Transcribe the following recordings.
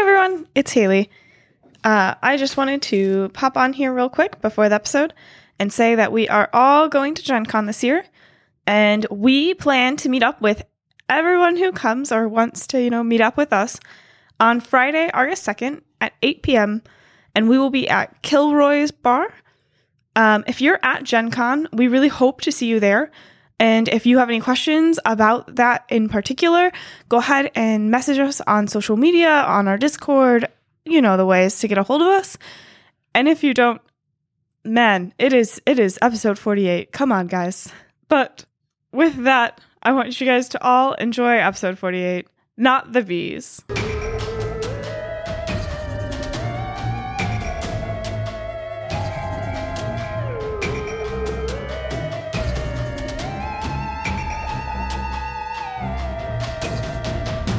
everyone. It's Haley. Uh, I just wanted to pop on here real quick before the episode and say that we are all going to Gen Con this year, and we plan to meet up with everyone who comes or wants to, you know, meet up with us on Friday, August 2nd at 8 p.m., and we will be at Kilroy's Bar. Um, if you're at Gen Con, we really hope to see you there. And if you have any questions about that in particular, go ahead and message us on social media, on our Discord. You know the ways to get a hold of us. And if you don't, man, it is it is episode 48. Come on, guys. But with that, I want you guys to all enjoy episode 48, not the bees.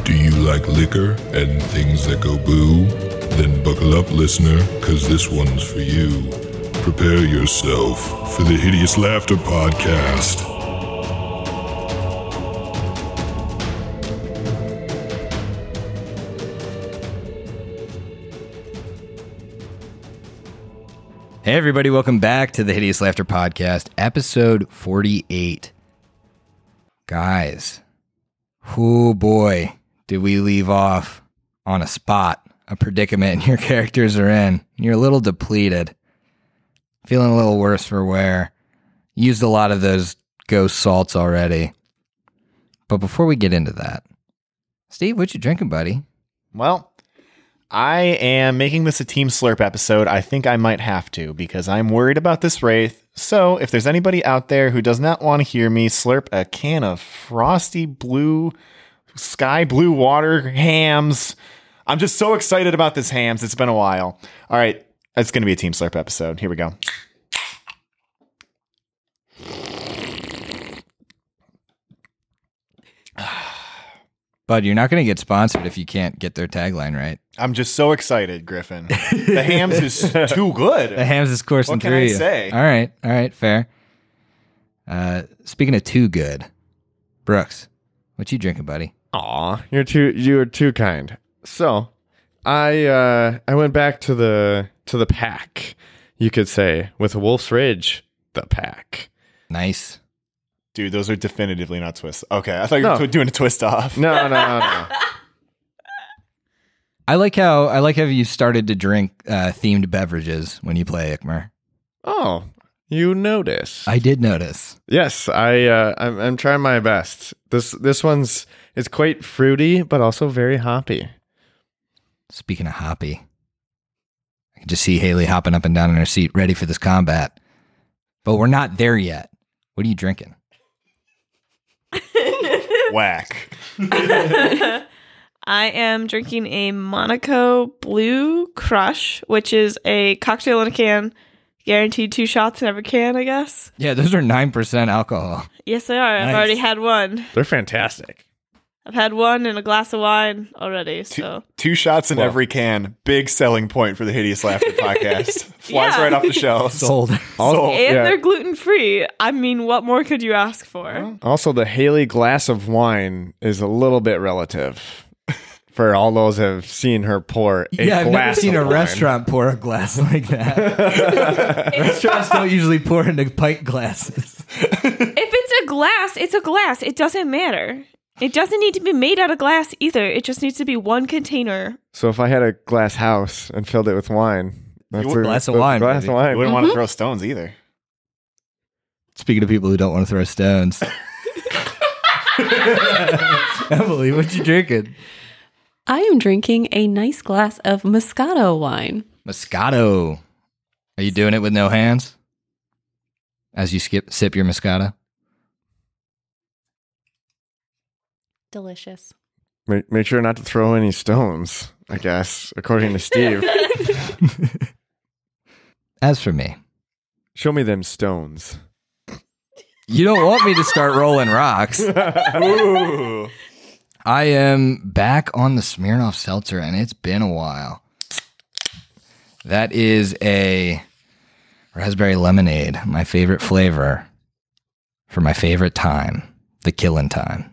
Do you like liquor and things that go boo? Then buckle up, listener, cause this one's for you. Prepare yourself for the Hideous Laughter Podcast. Hey, everybody, welcome back to the Hideous Laughter Podcast, episode 48. Guys, oh boy, did we leave off on a spot, a predicament your characters are in. You're a little depleted, feeling a little worse for wear. Used a lot of those ghost salts already. But before we get into that, Steve, what you drinking, buddy? Well, I am making this a team slurp episode. I think I might have to because I'm worried about this wraith. So, if there's anybody out there who does not want to hear me slurp a can of frosty blue, sky blue water hams, I'm just so excited about this hams. It's been a while. All right, it's going to be a team slurp episode. Here we go. Bud, you're not going to get sponsored if you can't get their tagline right. I'm just so excited, Griffin. The hams is too The good. hams is coursing What can through I you. say? All right, all right, fair. Uh, speaking of too good, Brooks, what you drinking, buddy? Aw, you're too you are too kind. So, I uh I went back to the to the pack, you could say, with Wolf's Ridge, the pack. Nice. Dude, those are definitively not twists. Okay, I thought you were No. doing a twist off. No, no, no, no. I like how I like how you started to drink uh, themed beverages when you play Ikmer. oh, you notice. I did notice. yes, I uh I'm, I'm trying my best. This this one's it's quite fruity but also very hoppy. Speaking of hoppy, I can just see Haley hopping up and down in her seat, ready for this combat. But we're not there yet. What are you drinking? Whack. I am drinking a Monaco Blue Crush, which is a cocktail in a can, guaranteed two shots in every can, I guess. Yeah, those are nine percent alcohol. Yes, they are. I've Nice. already had one. They're fantastic. I've had one and a glass of wine already. Two, So two shots in Well. every can. Big selling point for the Hideous Laughter podcast. Flies Yeah. right off the shelves. Sold. Sold. and yeah. they're gluten free. I mean, what more could you ask for? Also, the Haley glass of wine is a little bit relative for all those who have seen her pour. A yeah, I've never glass seen of a wine. restaurant pour a glass like that. Restaurants don't usually pour into pint glasses. If it's a glass, it's a glass. It doesn't matter. It doesn't need to be made out of glass either. It just needs to be one container. So if I had a glass house and filled it with wine, that's would- a Glass of that's a wine, Glass baby. of You wine. wouldn't want to throw stones either. Speaking of people who don't want to throw stones. Emily, what you drinking? I am drinking a nice glass of Moscato wine. Moscato. Are you doing it with no hands? As you skip sip your Moscato? Delicious. Make, make sure not to throw any stones. I guess, according to Steve, As for me, show me them stones. you don't want me to start rolling rocks. Ooh. I am back on the Smirnoff Seltzer, and it's been a while. That is a raspberry lemonade, my favorite flavor for my favorite time, the killing time.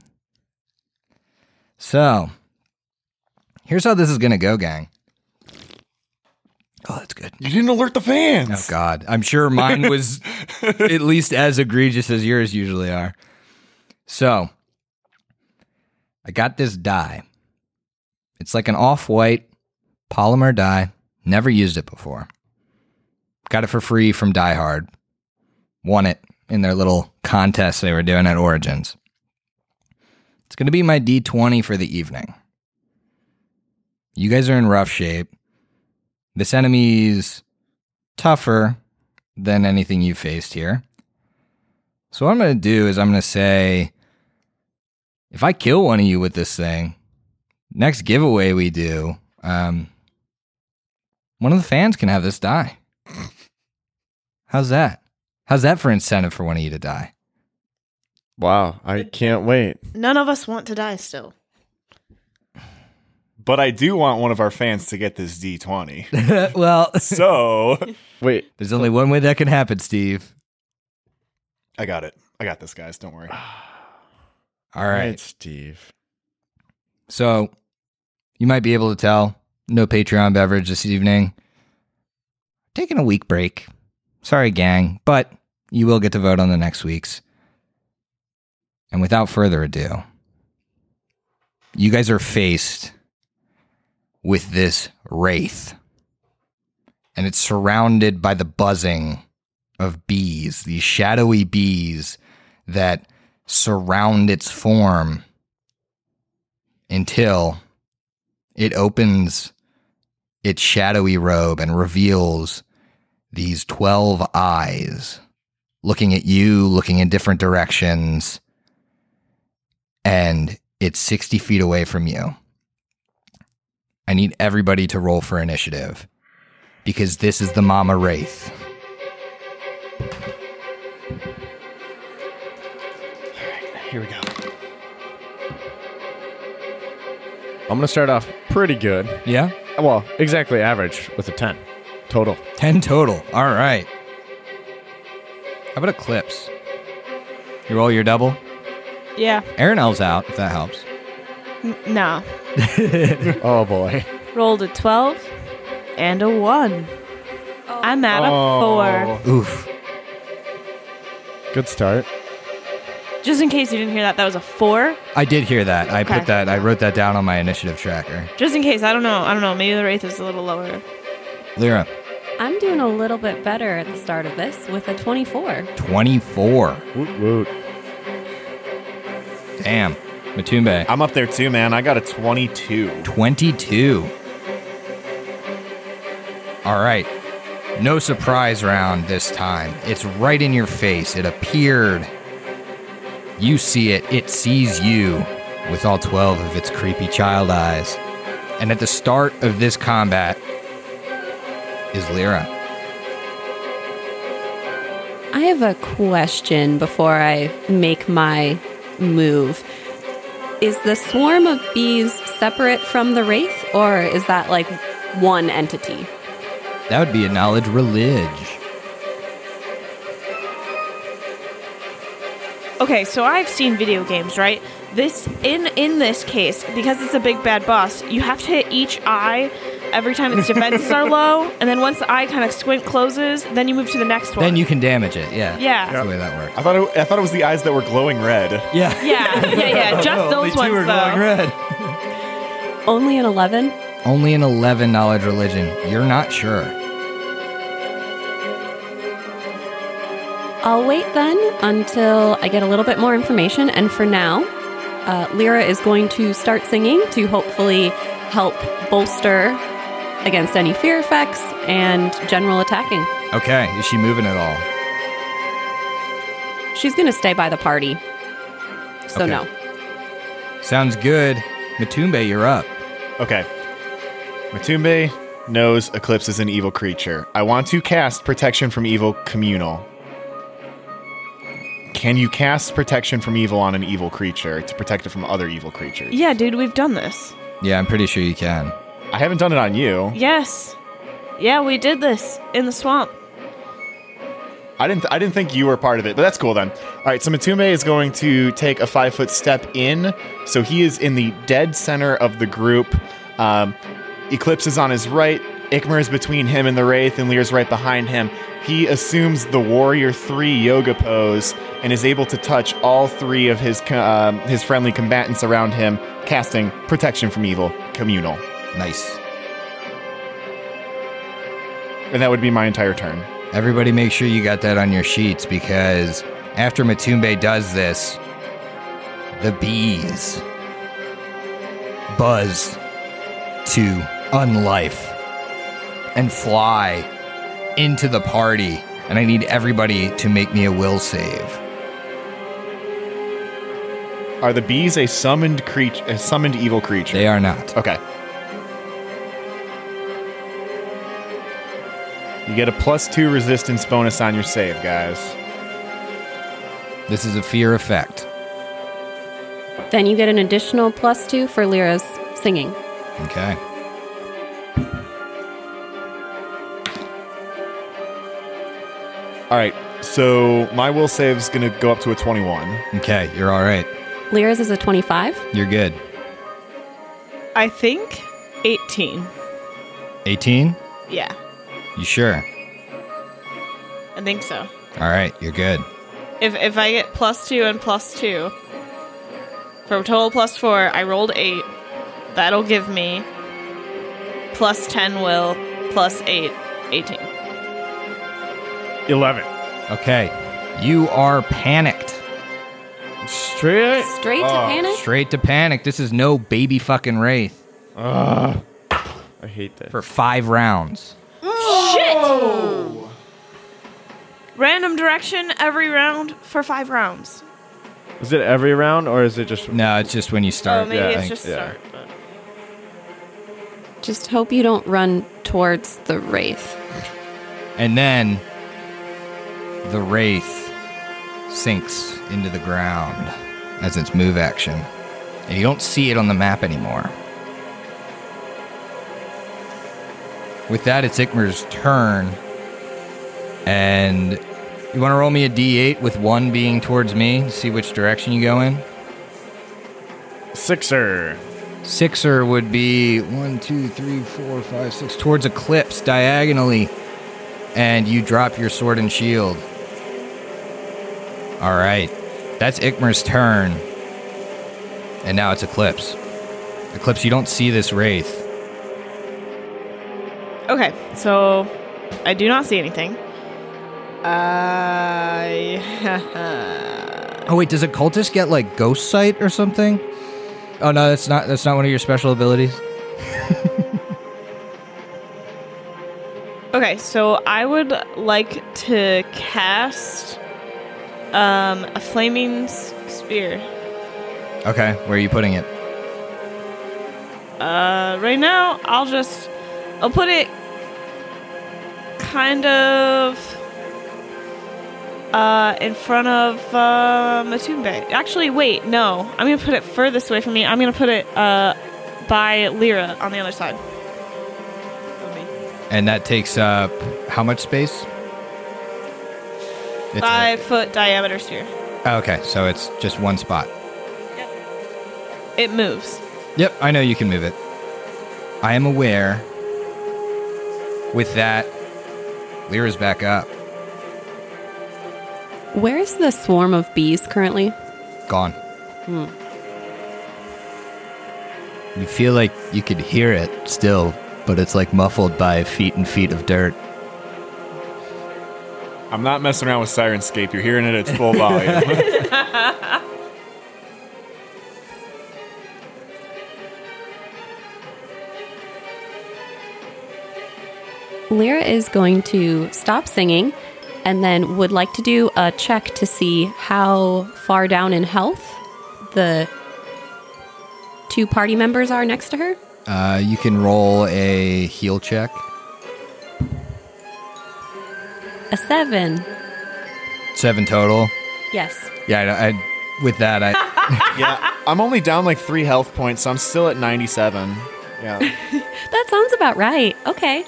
So, here's how this is going to go, gang. Oh, that's good. You didn't alert the Oh fans. God, I'm sure mine was at least as egregious as yours usually are. So, I got this die. It's like an off-white polymer die. Never used it before. Got it for free from Die Hard. Won it in their little contest they were doing at Origins. It's going to be my D20 for the evening. You guys are in rough shape. This enemy's tougher than anything you faced here. So what I'm going to do is I'm going to say if I kill one of you with this thing, next giveaway we do, um one of the fans can have this die. How's that? How's that for incentive for one of you to die? Wow, I can't wait. None of us want to die still. But I do want one of our fans to get this D20. well, So Wait, there's only one way that can happen, Steve. I got it. I got this, guys. Don't worry. All all right. right, Steve. So you might be able to tell no Patreon beverage this evening. Taking a week break. Sorry, gang, but you will get to vote on the next week's. And without further ado, you guys are faced with this wraith. And it's surrounded by the buzzing of bees, these shadowy bees that surround its form until it opens its shadowy robe and reveals these 12 eyes looking at you, looking in different directions, and it's 60 feet away from you. I need everybody to roll for initiative because this is the Mama Wraith. Here we go. I'm gonna start off pretty good. Yeah? Well, exactly average with a ten total. 10 total. All right. How about Eclipse? You roll your double. Yeah. Aaron L's out, if that helps. N- no. Oh boy. Rolled a 12 and a 1. I'm at a Oof. Good start. 4. Just in case you didn't hear that, that was a 4. I did hear that. I Okay. put that. I wrote that down on my initiative tracker. Just in case, I don't know. I don't know. Maybe the Wraith is a little lower. Lyra, I'm doing a little bit better at the start of this with a 24. twenty-four. Woot woot. Damn, Matumbe, I'm up there too, man. I got a 22. twenty-two. All right, no surprise round this time. It's right in your face. It appeared. You see it. It sees you with all twelve of its creepy child eyes. And at the start of this combat is Lyra. I have a question before I make my move. Is the swarm of bees separate from the wraith, or is that like one entity? That would be a knowledge religion. Okay, so I've seen video games, right? This in in this case, because it's a big bad boss, you have to hit each eye every time its defenses are low, and then once the eye kind of squint closes, then you move to the next one. Then you can damage it. Yeah. Yeah. That's the way that works. I thought it, I thought it was the eyes that were glowing red. Yeah. Yeah, yeah, yeah. Just those ones though. red. Only an 11? Only an 11 knowledge religion. You're not sure. I'll wait then until I get a little bit more information. And for now, uh, Lyra is going to start singing to hopefully help bolster against any fear effects and general attacking. Okay. Is she moving at all? She's going to stay by the party. So, Okay. no. Sounds good. Matumbe, you're up. Okay. Matumbe knows Eclipse is an evil creature. I want to cast Protection from Evil Communal. Can you cast Protection from Evil on an evil creature to protect it from other evil creatures? Yeah, dude, we've done this. Yeah, I'm pretty sure you can. I haven't done it on you. Yes. Yeah, we did this in the swamp. I didn't. I didn't think you were part of it, but that's cool then. All right, so Matumbe is going to take a five foot step in, so he is in the dead center of the group. Um, Eclipse is on his right. Ikmer is between him and the Wraith, and Lear's right behind him. He assumes the Warrior 3 yoga pose and is able to touch all three of his, co- um, his friendly combatants around him, casting Protection from Evil, Communal. Nice. And that would be my entire turn. Everybody make sure you got that on your sheets because after Matumbe does this, the bees buzz to unlife and fly into the party. And I need everybody to make me a will save. Are the bees a summoned creature, a summoned evil creature? They are not. Okay. You get a plus two resistance bonus on your save, guys. This is a fear effect. Then you get an additional plus two for Lyra's singing. Okay. All right. So my will save's gonna go up to a twenty-one. Okay, you're all right. Lyra's is a 25. You're good. I think 18. 18? Yeah, You sure? I think so. All right, you're good. If, if I get plus two and plus two, for a total plus four, I rolled eight. That'll give me plus 10 will, plus eight, 18. 11. Okay. You are panicked. Straight. Straight to panic? Straight to panic. This is no baby fucking wraith I hate that. for five rounds. Random direction every round for five rounds. Is it every round or is it just. No, it's just when you start. oh, maybe yeah, it's I think- just yeah. start. but- Just hope you don't run towards the wraith. And then the wraith sinks into the ground as its move action. And you don't see it on the map anymore. With that, it's Ikmer's turn. And you want to roll me a d8 with one being towards me to see which direction you go in? Sixer. Sixer would be one, two, three, four, five, six towards Eclipse diagonally, and you drop your sword and shield. All right, that's Ikmer's turn, and now it's Eclipse. Eclipse, you don't see this wraith. Okay, so I do not see anything. I. Oh wait, does a cultist get like ghost sight or something? Oh no, that's not that's not one of your special abilities. okay, so I would like to cast um, a flaming s- spear. Okay, where are you putting it? Uh, right now, I'll just I'll put it kind of uh, in front of uh, Matumbe. Actually, wait, no. I'm gonna put it furthest away from me. I'm gonna put it uh, by Lyra on the other side. of me. And that takes up how much space? It's uh, a- Five foot diameter sphere. Oh, Okay, so it's just one spot. It moves. Yep, I know you can move it. I am aware. With that, Lyra's back up. Where's the swarm of bees currently? Gone. You feel like you could hear it still, but it's like muffled by feet and feet of dirt. I'm not messing around with Sirenscape. You're hearing it at full volume. Lyra is going to stop singing and then would like to do a check to see how far down in health the two party members are next to her. Uh, you can roll a heal check. A seven. Seven total. Yes. Yeah, I, I, with that, I. yeah, I'm only down like three health points, so I'm still at 97. Yeah. That sounds about right. Okay.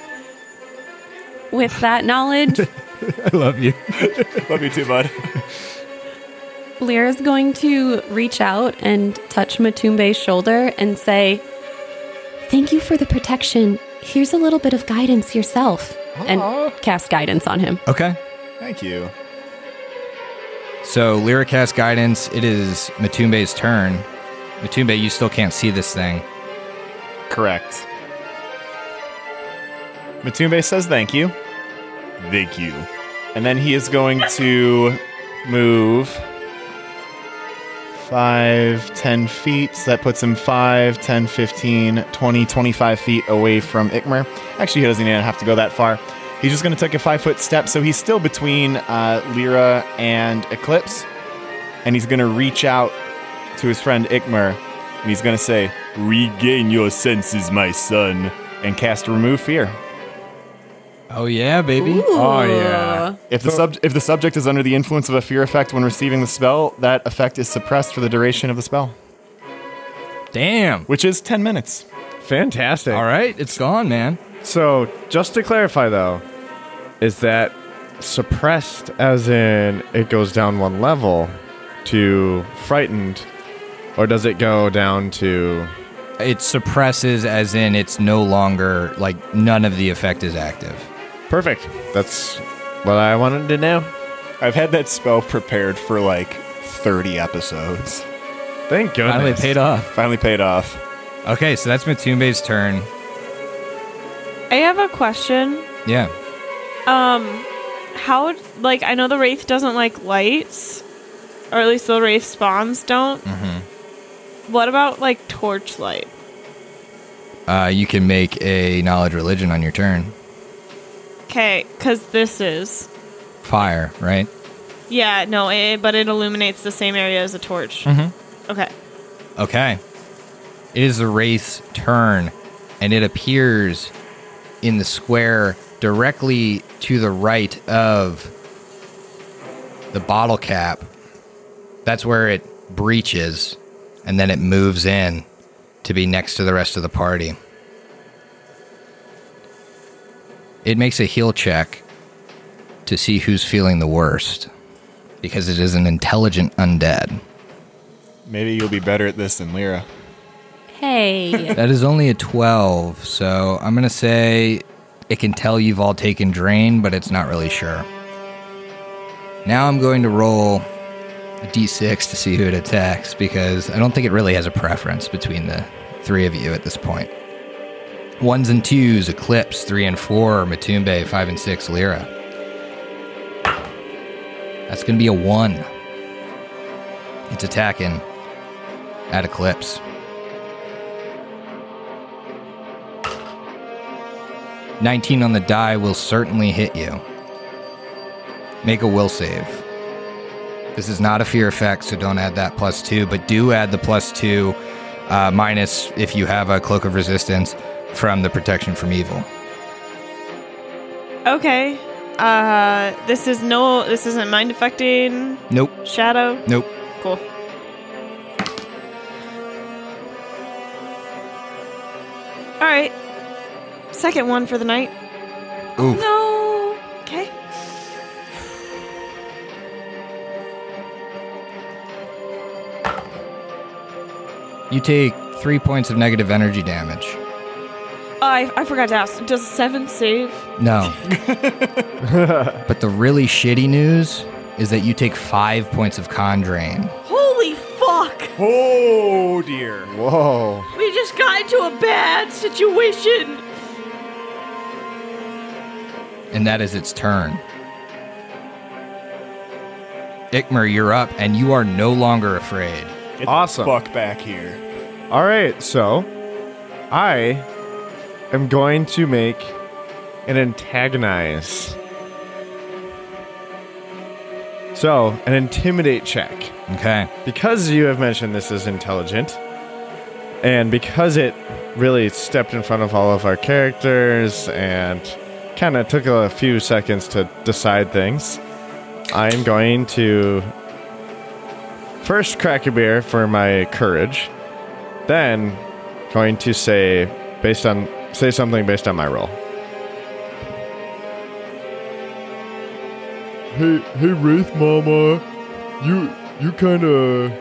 With that knowledge, I love you. Love you too, bud. Lyra's going to reach out and touch Matumbe's shoulder and say, Thank you for the protection. here's a little bit of guidance yourself Aw. and cast guidance on him. Okay. Thank you. So Lyra casts guidance. It is Matumbe's turn. Matumbe, you still can't see this thing. Correct. Matumbe says thank you. Thank you. And then he is going to move 5, 10 feet. So that puts him 5, 10, 15, 20, 25 feet away from Ikmer. Actually, he doesn't even have to go that far. He's just going to take a five foot step. So he's still between uh, Lyra and Eclipse. And he's going to reach out to his friend Ikmer, and he's gonna say, "Regain your senses, my son," and cast Remove Fear. Oh yeah, baby. Oh yeah. If the sub- if the subject is under the influence of a fear effect when receiving the spell, that effect is suppressed for the duration of the spell, Damn. which is ten minutes. Fantastic. All right, it's gone, man. So, just to clarify though, is that suppressed as in it goes down one level to frightened, or does it go down to. It suppresses, as in it's no longer like none of the effect is active. Perfect. That's what I wanted to know. I've had that spell prepared for like thirty episodes. Thank goodness. Finally paid off. Finally paid off. Okay, so that's Matumbe's turn. I have a question. Yeah. Um, how like I know the wraith doesn't like lights, or at least the wraith spawns don't. What about like torchlight? Uh, you can make a knowledge religion on your turn. Okay, because this is Fire, right? yeah no, it, but it illuminates the same area as a torch. Okay, Okay. It is the wraith's turn, and it appears in the square directly to the right of the bottle cap. That's where it breaches, and then it moves in to be next to the rest of the party. It makes a heal check to see who's feeling the worst because it is an intelligent undead. Maybe you'll be better at this than Lyra. Hey. That is only a 12, so I'm going to say it can tell you've all taken drain, but it's not really sure. Now I'm going to roll a d6 to see who it attacks because I don't think it really has a preference between the three of you at this point. Ones and twos, Eclipse, three and four, Matumbe, five and six, Lyra. That's going to be a one. It's attacking at Eclipse. Nineteen on the die will certainly hit you. Make a will save. This is not a fear effect, so don't add that plus two, but do add the plus two uh, minus if you have a cloak of resistance from the protection from evil. okay. Uh, this is no, this isn't mind affecting Nope. shadow. Nope. Cool. All right. Second one for the night. Oof. No. Okay. You take three points of negative energy damage. Oh, I, I forgot to ask. Does seven save? No. but the really shitty news is that you take five points of con drain. Holy fuck! Oh dear. Whoa. We just got into a bad situation. and that is its turn. Ikmer, you're up, and you are no longer afraid. Get Awesome. The fuck back here. All right, so I am going to make an antagonize. So, an intimidate check. Okay. Because you have mentioned this is intelligent, and because it really stepped in front of all of our characters and kind of took a few seconds to decide things, I'm going to first crack a beer for my courage, then going to say based on say something based on my role. Hey, hey, Wraith Mama, you you kind of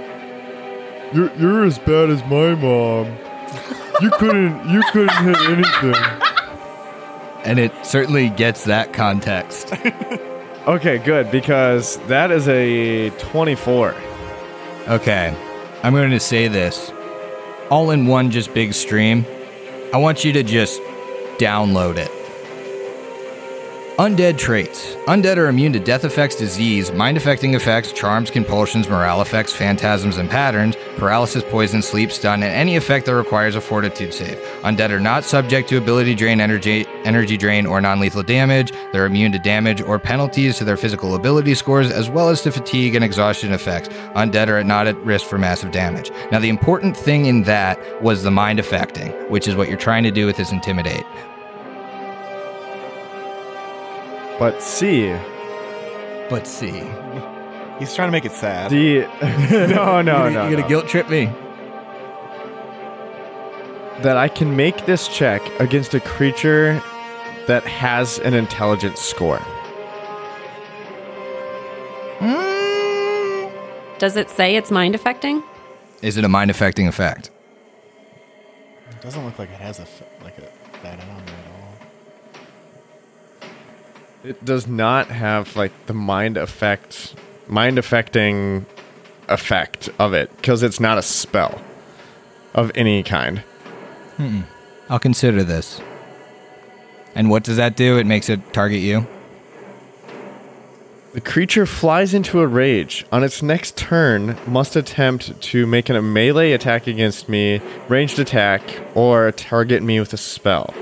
you're you're as bad as my mom. You couldn't you couldn't hit anything. and it certainly gets that context. Okay, good, because that is a 24. Okay, I'm going to say this all in one just big stream. I want you to just download it. Undead traits. Undead are immune to death effects, disease, mind affecting effects, charms, compulsions, morale effects, phantasms, and patterns, paralysis, poison, sleep, stun, and any effect that requires a fortitude save. Undead are not subject to ability drain, energy, energy drain, or non lethal damage. They're immune to damage or penalties to their physical ability scores, as well as to fatigue and exhaustion effects. Undead are not at risk for massive damage. Now, the important thing in that was the mind affecting, which is what you're trying to do with this intimidate. But see, But see. He's trying to make it sad. the. no, no, you're no. going to no. guilt trip me. that I can make this check against a creature that has an intelligence score. Does it say it's mind affecting? Is it a mind affecting effect? It doesn't look like it has a f- like a that on it at all. It does not have like the mind effect, mind affecting effect of it because it's not a spell of any kind. I'll consider this. And what does that do? It makes it target you. The creature flies into a rage. On its next turn, must attempt to make an, a melee attack against me, ranged attack, or target me with a spell,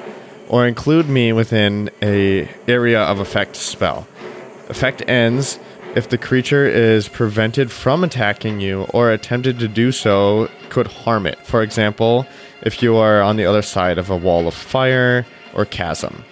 or include me within a area of effect spell. Effect ends if the creature is prevented from attacking you or attempted to do so could harm it. For example, if you are on the other side of a wall of fire or chasm.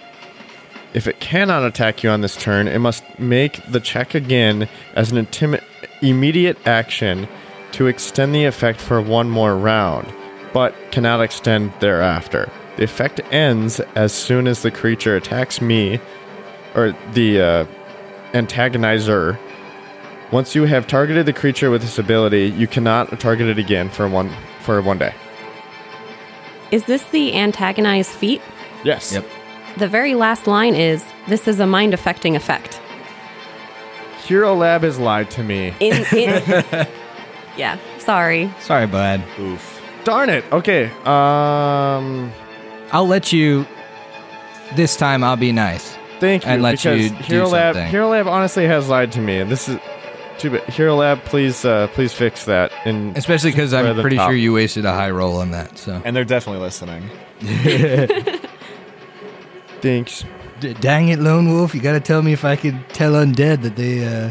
If it cannot attack you on this turn, it must make the check again as an intimi- immediate action to extend the effect for one more round, but cannot extend thereafter. The effect ends as soon as the creature attacks me or the uh, antagonizer. Once you have targeted the creature with this ability, you cannot target it again for one for one day. Is this the antagonized feat? Yes. Yep. The very last line is this is a mind affecting effect. Hero Lab has lied to me. In, in Yeah, sorry. Sorry, bud. Darn it. Okay. Um. I'll let you. This time, I'll be nice. Thank you. and let because you do Hero Lab, something. Hero Lab honestly has lied to me, and this is too bad. Hero Lab, please, uh, please fix that. And Especially because Right at I'm the pretty top. sure you wasted a high roll on that. So And they're definitely listening. thanks. D- dang it, Lone Wolf! You gotta tell me if I could tell undead that they uh,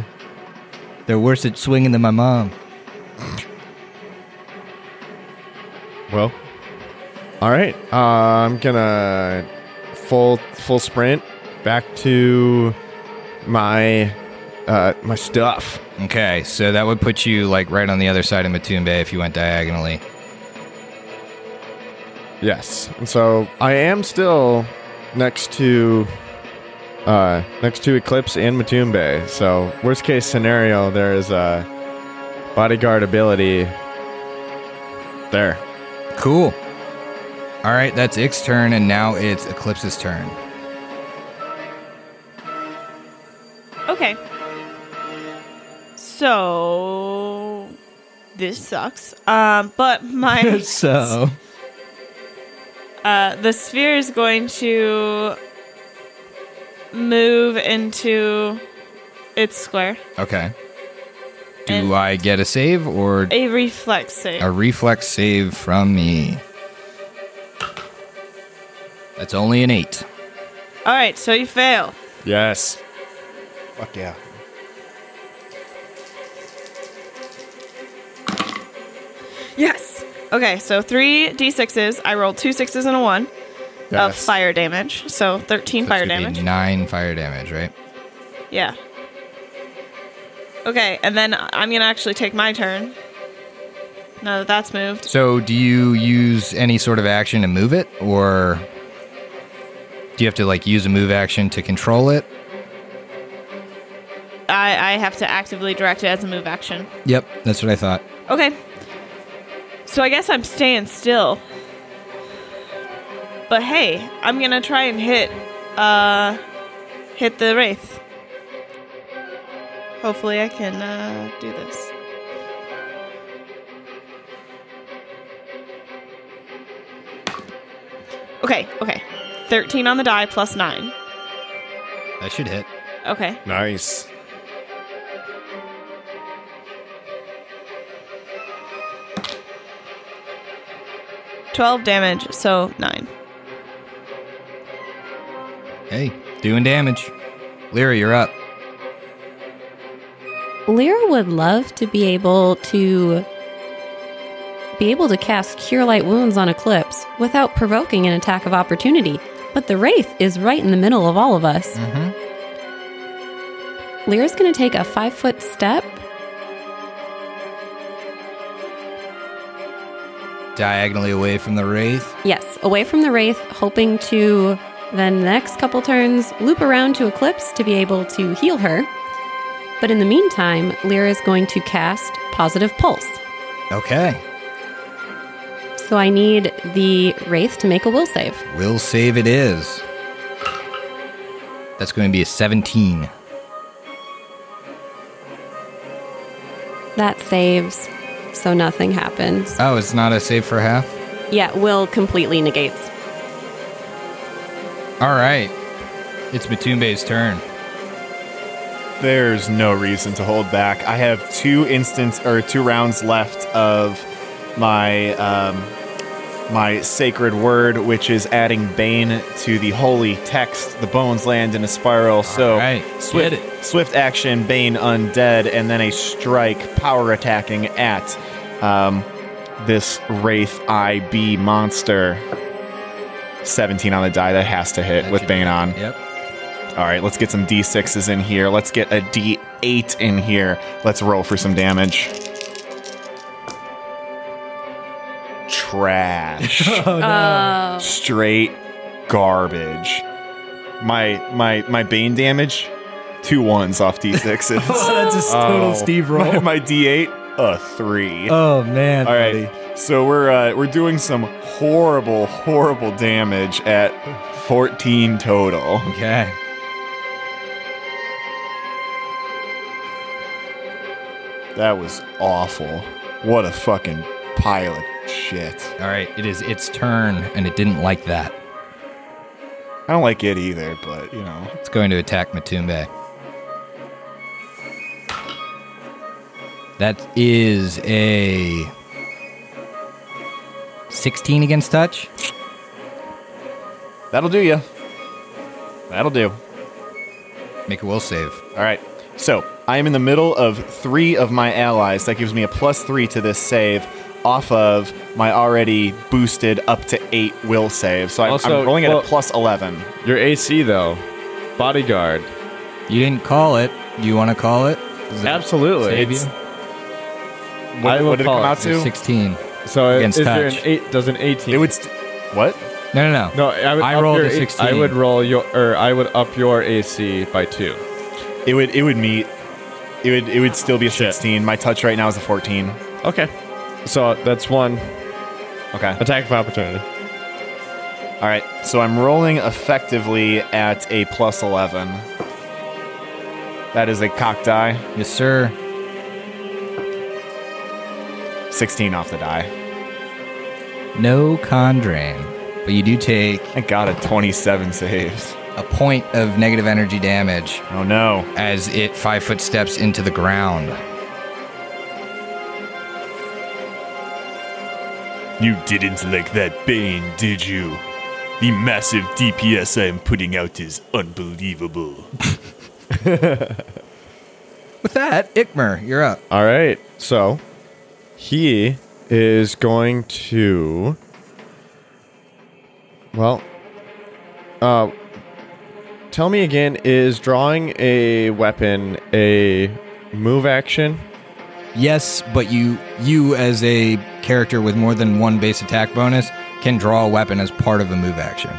they're worse at swinging than my mom. Well, all right. Uh, I'm gonna full full sprint back to my uh, my stuff. Okay, so that would put you like right on the other side of Matumbe if you went diagonally. Yes. And so I am still next to uh next to Eclipse and Matumbe. So worst case scenario there is a bodyguard ability there. Cool. All right, that's Ick's turn, and now it's Eclipse's turn. Okay. So this sucks. Um, but my So uh, the sphere is going to move into its square. okay, do And- I get a save or A reflex save. a reflex save from me? That's only an eight. All right, so you fail. Yes. Fuck yeah. Yes. Okay, so three d6s. I rolled two sixes and a one of Yes. fire damage. So 13 So fire it's gonna be damage. Nine fire damage, right? Yeah. Okay, and then I'm going to actually take my turn. Now that that's moved. So, do you use any sort of action to move it, or do you have to like use a move action to control it? I, I have to actively direct it as a move action. Yep, that's what I thought. Okay. So I guess I'm staying still. But hey, I'm gonna try and hit uh, uh, hit the wraith. Hopefully, I can uh, do this. Okay, okay. 13 on the die plus 9. That should hit. Okay. Nice. Twelve damage, so nine. Hey, doing damage. Lyra, you're up. Lyra would love to be able to be able to cast Cure Light Wounds on Eclipse without provoking an attack of opportunity, but the Wraith is right in the middle of all of us. Lyra's going to take a five foot step. Diagonally away from the wraith. Yes, away from the Wraith, hoping to then the next couple turns loop around to Eclipse to be able to heal her. But in the meantime, Lyra is going to cast Positive Pulse. Okay. So I need the Wraith to make a will save. Will save it is. That's going to be a 17. That saves, so nothing happens. Oh, it's not a save for half? Yeah, will completely negates. All right. It's Matumbe's turn. There's no reason to hold back. I have two instants or two rounds left of my um, my sacred word, which is adding bane to the holy text. The bones land in a spiral. So right, swift get swift action, bane undead, and then a strike, power attacking at um, this wraith IB monster. 17 on the die that has to hit That with should- bane on. Yep. All right, let's get some d6s in here. Let's get a d8 in here. Let's roll for some damage. Trash. Oh, Straight garbage. My my my bane damage, two ones off d6s. that's a total Oh. Steve roll. my, my d8, a three. oh man. All buddy. right, so we're uh, we're doing some horrible horrible damage at 14 total. Okay. That was awful. What a fucking pile of shit. All right. It is its turn, and it didn't like that. I don't like it either, but you know. It's going to attack Matumbe. That is a 16 against touch. That'll do ya. That'll do. Make a will save. All right. So I am in the middle of three of my allies. That gives me a plus three to this save off of my already boosted up to eight will save. So I'm, Also, I'm rolling at well- a plus 11. Your AC though, bodyguard. You didn't call it. Do you want to call it? Does it Absolutely. Save It's- you? I What, will what did it come call it out It's a to? 16. So Against is there an touch. eight? Does an eighteen? It would. St- what? No, no, no. no, I would. I up rolled your a eight- 16. I would roll your, or I would up your AC by two. It would. It would meet. It would. It would still be a 16. My touch right now is a 14. Okay. So that's one Okay. attack of opportunity. All right, so I'm rolling effectively at a plus 11. That is a cocked die, Yes, sir. 16 off the die. No Condrain. But you do take I got a 27 saves. a point of negative energy damage Oh no. as it five foot steps into the ground. You didn't like that Bane, did you? The massive DPS I am putting out is unbelievable. With that, Ikmer, you're up. All right. So he is going to. Well, uh, tell me again. Is drawing a weapon a move action? Yes, but you you as a character with more than one base attack bonus can draw a weapon as part of a move action.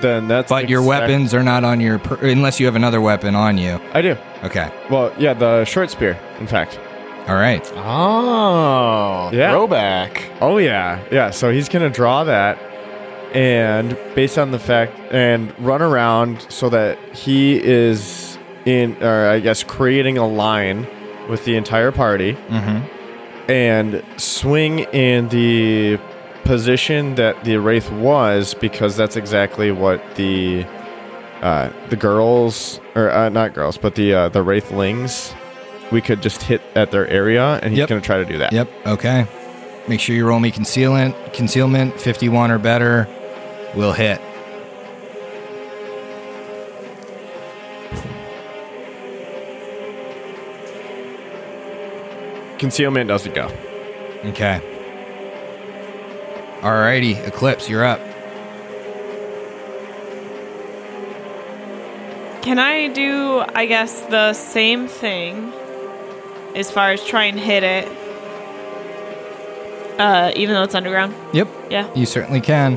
Then that's. But your exact- weapons are not on your per- unless you have another weapon on you. I do. Okay. Well, yeah, the short spear. In fact. All right. Oh. Yeah. Throwback. Oh yeah, yeah. So he's gonna draw that, and based on the fact and run around so that he is in or I guess creating a line with the entire party Mm-hmm. and swing in the position that the wraith was because that's exactly what the uh, the girls or uh, not girls but the uh, the wraithlings we could just hit at their area and he's Yep. gonna try to do that Yep. Okay. Make sure you roll me concealment. Concealment 51 or better will hit. concealment doesn't go Okay. Alrighty, Eclipse, you're up. Can I do, I guess, the same thing as far as try and hit it? Uh, even though it's underground? Yep. Yeah. You certainly can.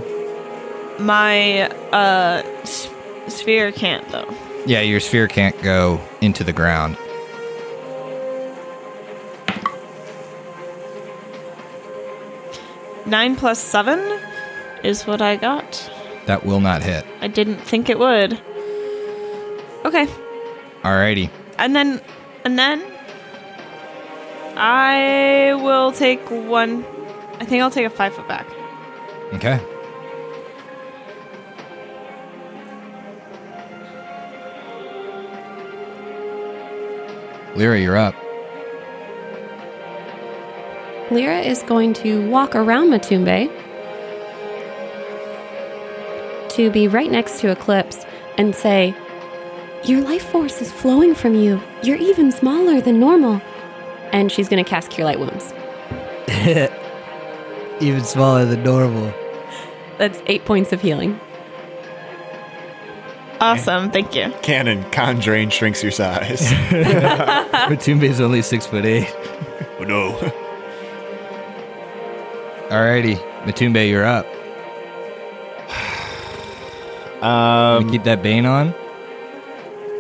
My uh, s- sphere can't, though. Yeah, your sphere can't go into the ground. Nine plus seven is what I got. That will not hit. I didn't think it would. Okay. Alrighty. And then, and then, I will take one. I think I'll take a five foot back. Okay. Lyra, you're up. Lyra is going to walk around Matumbe to be right next to Eclipse and say, Your life force is flowing from you. You're even smaller than normal. And she's going to cast Cure Light Wounds. Even smaller than normal. That's eight points of healing. Awesome. Thank you. Cannon conjuring shrinks your size. Matumbe is only six foot eight. Oh no. Alrighty, Matumbe, you're up. Um, Wanna keep that bane on.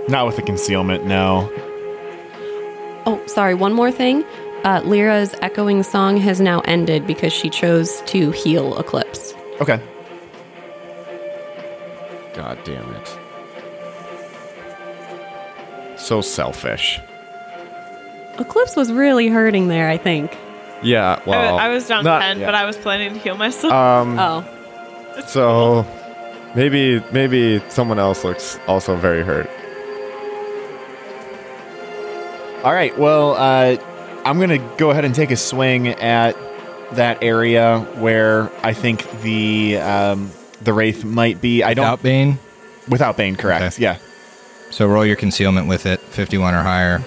not with the concealment, no. Oh, sorry, one more thing. Uh, Lyra's echoing song has now ended because she chose to heal Eclipse. Okay. god damn it so selfish Eclipse was really hurting there, I think. yeah I well wa- I, was down not- 10, yeah. but I was planning to heal myself. um Oh, So maybe maybe someone else looks also very hurt. All right. Well, uh, I'm going to go ahead and take a swing at that area where I think the um, the wraith might be. I don't Without bane. without Bane, correct? Okay. Yeah. So roll your concealment with it, 51 or higher.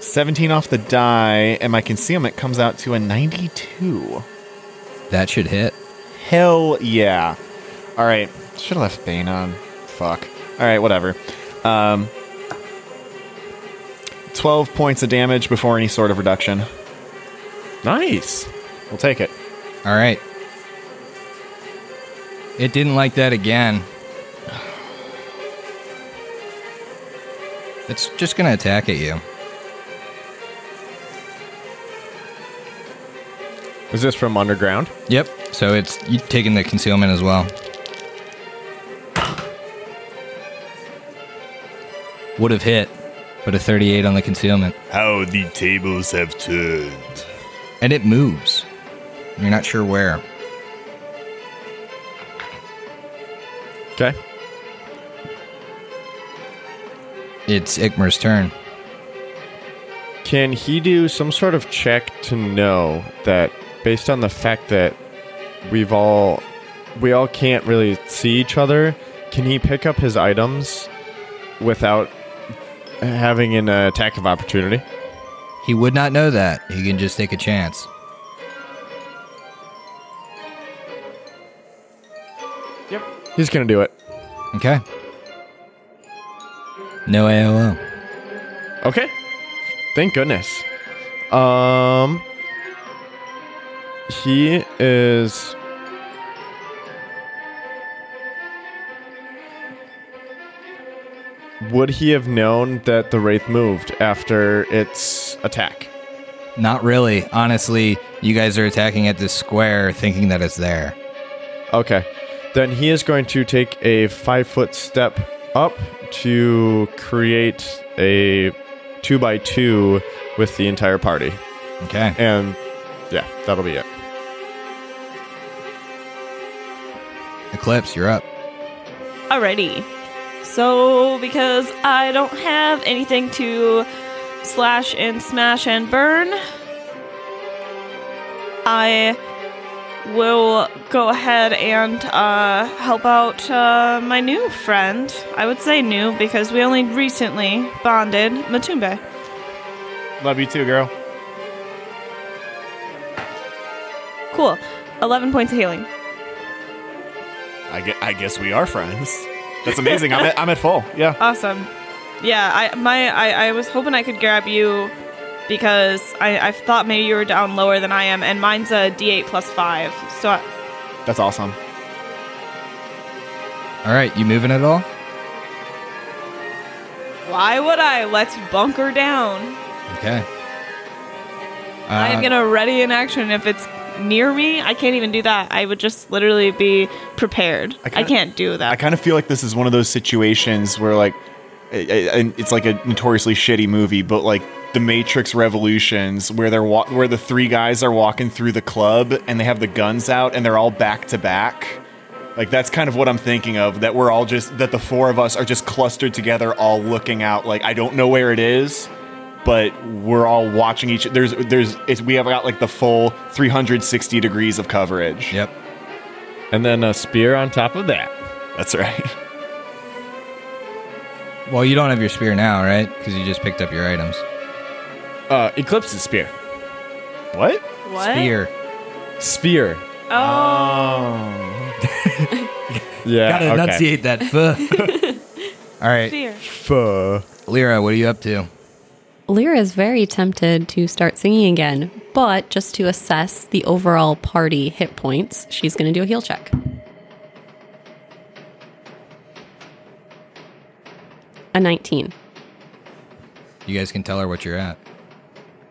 Seventeen off the die, and my concealment comes out to a ninety-two. That should hit. Hell yeah. All right. Should have left Bane on. Fuck. All right, whatever. Um, 12 points of damage before any sort of reduction. Nice. We'll take it. All right. It didn't like that again. It's just going to attack at you. Is this from underground? Yep. So it's you taking the concealment as well. Would have hit, but a 38 on the concealment. How the tables have turned. And it moves. You're not sure where. Okay. It's Ikmer's turn. Can he do some sort of check to know that based on the fact that we've all we all can't really see each other, can he pick up his items without having an uh, attack of opportunity? He would not know that. He can just take a chance. He's going to do it. Okay. No AOO. Okay. Thank goodness. Um he is Would he have known that the wraith moved after its attack? Not really. Honestly, you guys are attacking at this square thinking that it's there. Okay. Then he is going to take a five foot step up to create a two by two with the entire party. Okay. And yeah, that'll be it. Eclipse, you're up. Uh, Alrighty. So, because I don't have anything to slash and smash and burn, I will go ahead and uh, help out uh, my new friend. I would say new because we only recently bonded, Matumbe. Love you too, girl. Cool. 11 points of healing. I, gue- I guess we are friends. That's amazing. I'm, at, I'm at full. Yeah. Awesome. Yeah, I my I, I was hoping I could grab you because I, I thought maybe you were down lower than I am, and mine's a D8 plus five. So I, That's awesome. All right, you moving at all? why would I? Let's bunker down. Okay. I am Uh, gonna ready in action if it's near me. I can't even do that. I would just literally be prepared. I, kinda- can't do that. I kind of feel like this is one of those situations where, like, it- it- and it's like a notoriously shitty movie, but like the Matrix Revolutions, where they're wa- where the three guys are walking through the club and they have the guns out and they're all back to back. Like that's kind of what I'm thinking of. That we're all just that the four of us are just clustered together, all looking out. Like I don't know where it is, but we're all watching each. There's there's it's, we have got like the full 360 degrees of coverage. Yep. And then a spear on top of that. That's right. Well, you don't have your spear now, right? Because you just picked up your items. Uh, Eclipse's spear. What? what? Spear. Sphere. Oh, Yeah. Uh, okay. that. Fuh. all right, fear. Fuh. Lyra, what are you up to? Lyra is very tempted to start singing again, but just to assess the overall party hit points, she's going to do a heal check. A 19. You guys can tell her what you're at.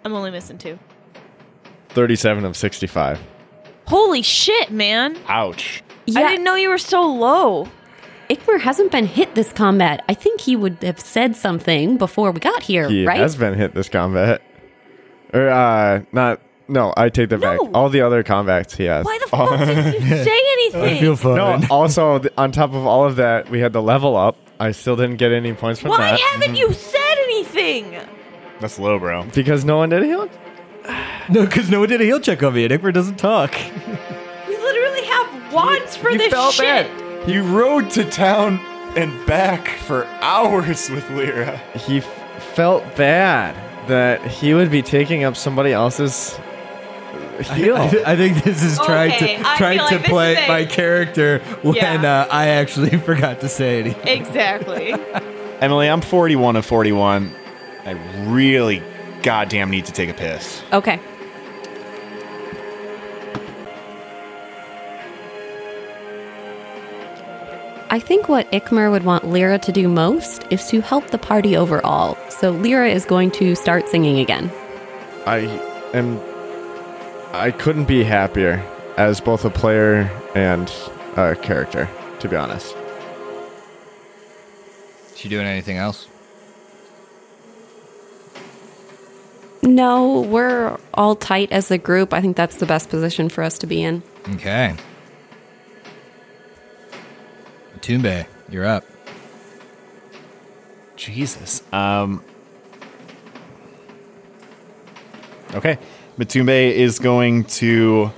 I'm only missing two. 37 of 65. Holy shit, man! Ouch. I didn't know you were so low. Ikmer hasn't been hit this combat. I think he would have said something before we got here, He right? has been hit this combat. Or, uh, not. No, I take that No. back. All the other combats he has. Why the fuck did you say anything? No, also, th- on top of all of that, we had the level up. I still didn't get any points from Why that. haven't you said anything? That's low, bro. Because no one did heal? No, because no one did a heal check on me, and Igmar doesn't talk. We literally have wands for you this felt shit. bad. You rode to town and back for hours with Lyra. He f- felt bad that he would be taking up somebody else's heal. I, th- I think this is trying Okay, to I trying feel like to this is play a- my character when Yeah. uh, I actually forgot to say anything. Exactly. Emily, I'm 41 of 41. I really goddamn need to take a piss. okay. I think what Ikmer would want Lyra to do most is to help the party overall. So Lyra is going to start singing again. I am. I couldn't be happier as both a player and a character, to be honest. She doing anything else? No, we're all tight as a group. I think that's the best position for us to be in. Okay. Toombe, you're up. Jesus. Um. Okay. Matumbe is going to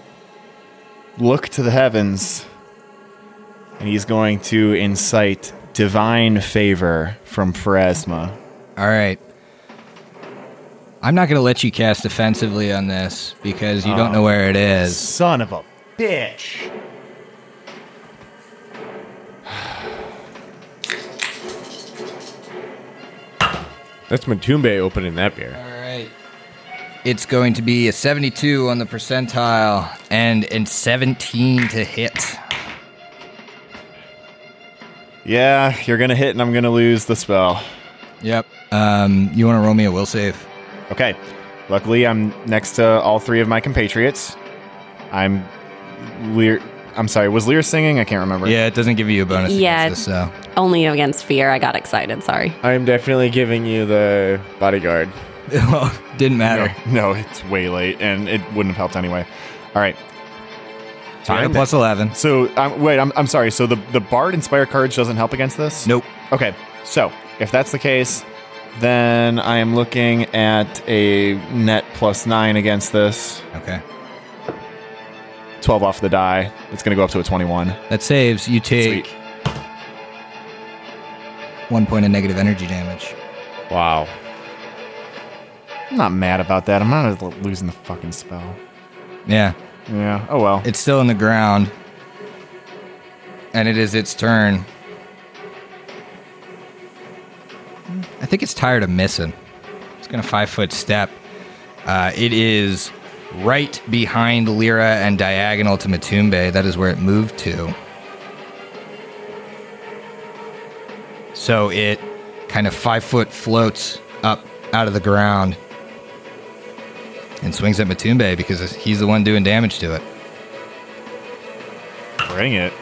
look to the heavens and he's going to incite divine favor from Phrasma. All right. I'm not going to let you cast offensively on this because you don't know where it is. Son of a bitch. That's Matumbe opening that beer. All right. It's going to be a 72 on the percentile and and 17 to hit. Yeah, you're gonna hit and I'm gonna lose the spell. Yep. Um, you want to roll me a will save? Okay. Luckily, I'm next to all three of my compatriots. I'm Lear. I'm sorry. Was Lear singing? I can't remember. Yeah, it doesn't give you a bonus. Yeah. Against this, so Only against fear. I got excited. Sorry. I'm definitely giving you the bodyguard. Well, didn't matter. No, it's way late, and it wouldn't have helped anyway. All right. Time plus eleven. So um, wait, I'm, I'm sorry. So the the Bard Inspire Courage doesn't help against this. Nope. Okay. So if that's the case, then I am looking at a net plus nine against this. Okay. Twelve off the die. It's going to go up to a twenty-one. That saves. You take Sweet. one point of negative energy damage. Wow. I'm not mad about that. I'm not l- losing the fucking spell. Yeah. Yeah. Oh well. It's still in the ground. And it is its turn. I think it's tired of missing. It's going to five foot step. Uh, it is right behind Lyra and diagonal to Matumbe. That is where it moved to. So it kind of five foot floats up out of the ground and swings at Matumbe because he's the one doing damage to it. Bring it.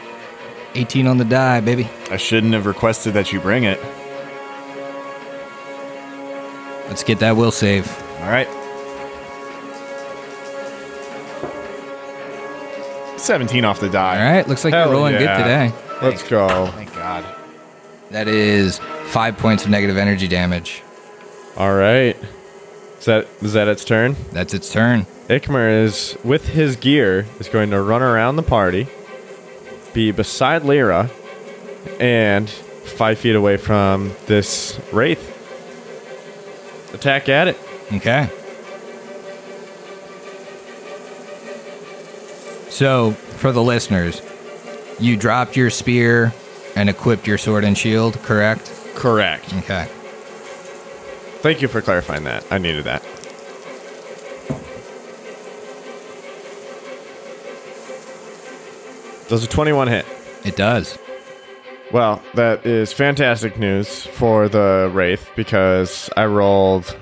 18 on the die, baby. I shouldn't have requested that you bring it. Let's get that will save. All right. 17 off the All die. right, looks like Hell you're rolling yeah. good today. Let's go. Thank God. That is five points of negative energy damage. All right. Is that is that its turn? That's its turn. Ikmer is with his gear is going to run around the party, be beside Lyra, and five feet away from this wraith. Attack at it. Okay. So, for the listeners, you dropped your spear and equipped your sword and shield, correct? Correct. Okay. Thank you for clarifying that. I needed that. Does a 21 hit? It does. Well, that is fantastic news for the Wraith because I rolled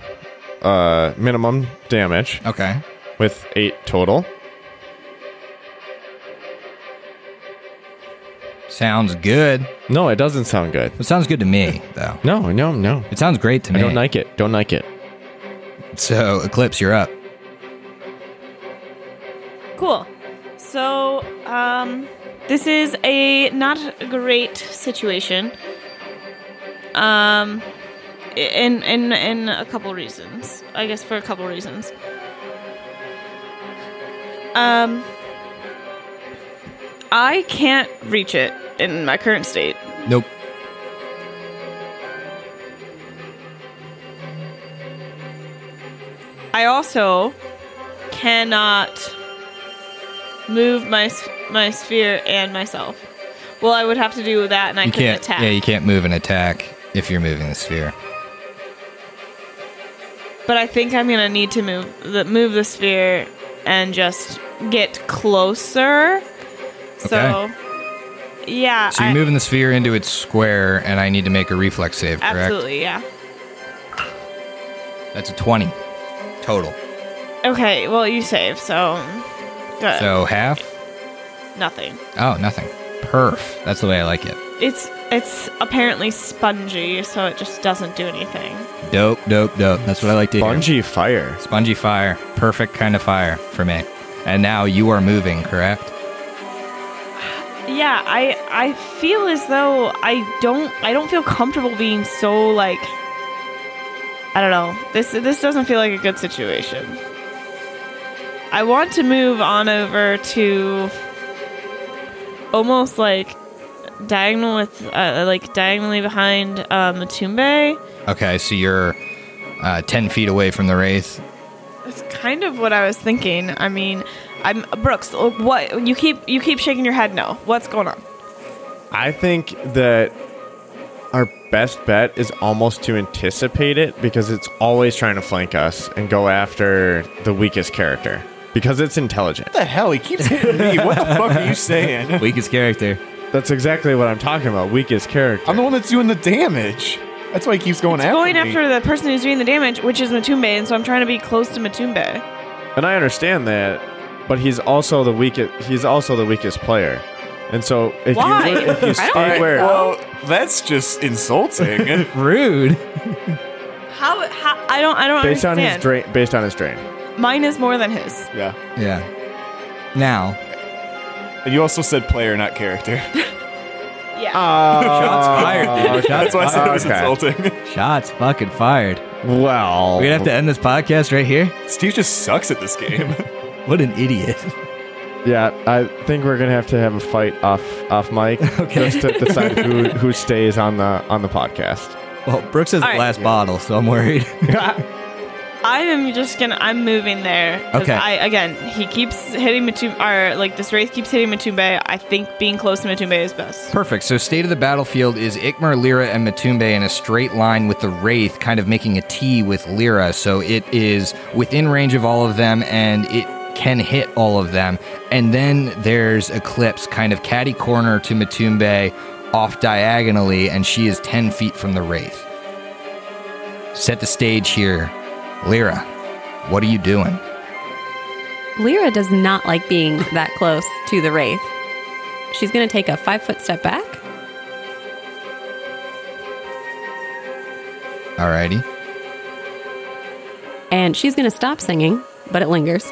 uh, minimum damage Okay. with eight total. Sounds good. No, it doesn't sound good. It sounds good to me, though. No, no, no. It sounds great to I me. don't like it. Don't like it. so, Eclipse, you're up. Cool. So, um, this is a not great situation. Um, in in in a couple reasons, I guess for a couple reasons. Um, I can't reach it in my current state. Nope. I also cannot move my s- my sphere and myself. Well, I would have to do that, and I you couldn't can't. attack. Yeah, you can't move an attack if you're moving the sphere. But I think I'm gonna need to move the move the sphere and just get closer. So, yeah, So you're I- moving the sphere into its square, and I need to make a reflex save, correct? absolutely, yeah. That's a 20 total. Okay, well, you save, so good. So half? Nothing. Oh, nothing. Perf. That's the way I like it. It's it's apparently spongy, so it just doesn't do anything. Dope, dope, dope. That's what I like to hear. Bungee fire. Spongy fire. Perfect kind of fire for me. And now you are moving, correct? yeah i i feel as though i don't i don't feel comfortable being so like i don't know this this doesn't feel like a good situation i want to move on over to almost like diagonal with uh, like diagonally behind uh, matumbe Okay, so you're uh, 10 feet away from the wraith. That's kind of what I was thinking. I mean, I'm Brooks. What you keep you keep shaking your head? No. What's going on? I think that our best bet is almost to anticipate it because it's always trying to flank us and go after the weakest character because it's intelligent. What the hell? He keeps hitting me. What the fuck are you saying? Weakest character. That's exactly what I'm talking about. Weakest character. I'm the one that's doing the damage. That's why he keeps going It's after going me. after the person who's doing the damage, which is Matumbe, and so I'm trying to be close to Matumbe. And I understand that, but he's also the weakest. He's also the weakest player, and so if Why? you were- if you I don't stay think where so. Well, that's just insulting. Rude. How? how I don't. I don't based on his understand. drain, based on his drain, Mine is more than his. yeah. Yeah. Now, And you also said player, not character. Yeah. Uh, shots fired, dude. Shots That's why I said it was okay. insulting. Shots fucking fired. well, We're gonna have to end this podcast right here. Steve just sucks at this game. What an idiot. yeah, I think we're gonna have to have a fight off off mic just to decide who who stays on the on the podcast. Well, Brooks has All right. a glass bottle, so I'm worried. I am just gonna. I'm moving there. 'cause Okay. I again, he keeps hitting Matumbe, or like this wraith keeps hitting Matumbe. I think being close to Matumbe is best. Perfect. So, state of the battlefield is Ikmer, Lyra, and Matumbe in a straight line with the Wraith, kind of making a T with Lyra. So, it is within range of all of them and it can hit all of them. And then there's Eclipse, kind of catty corner to Matumbe off diagonally, and she is 10 feet from the Wraith. Set the stage here. Lyra, what are you doing? Lyra does not like being that close to the Wraith. She's going to take a five foot step back. Alrighty. And she's going to stop singing, but it lingers.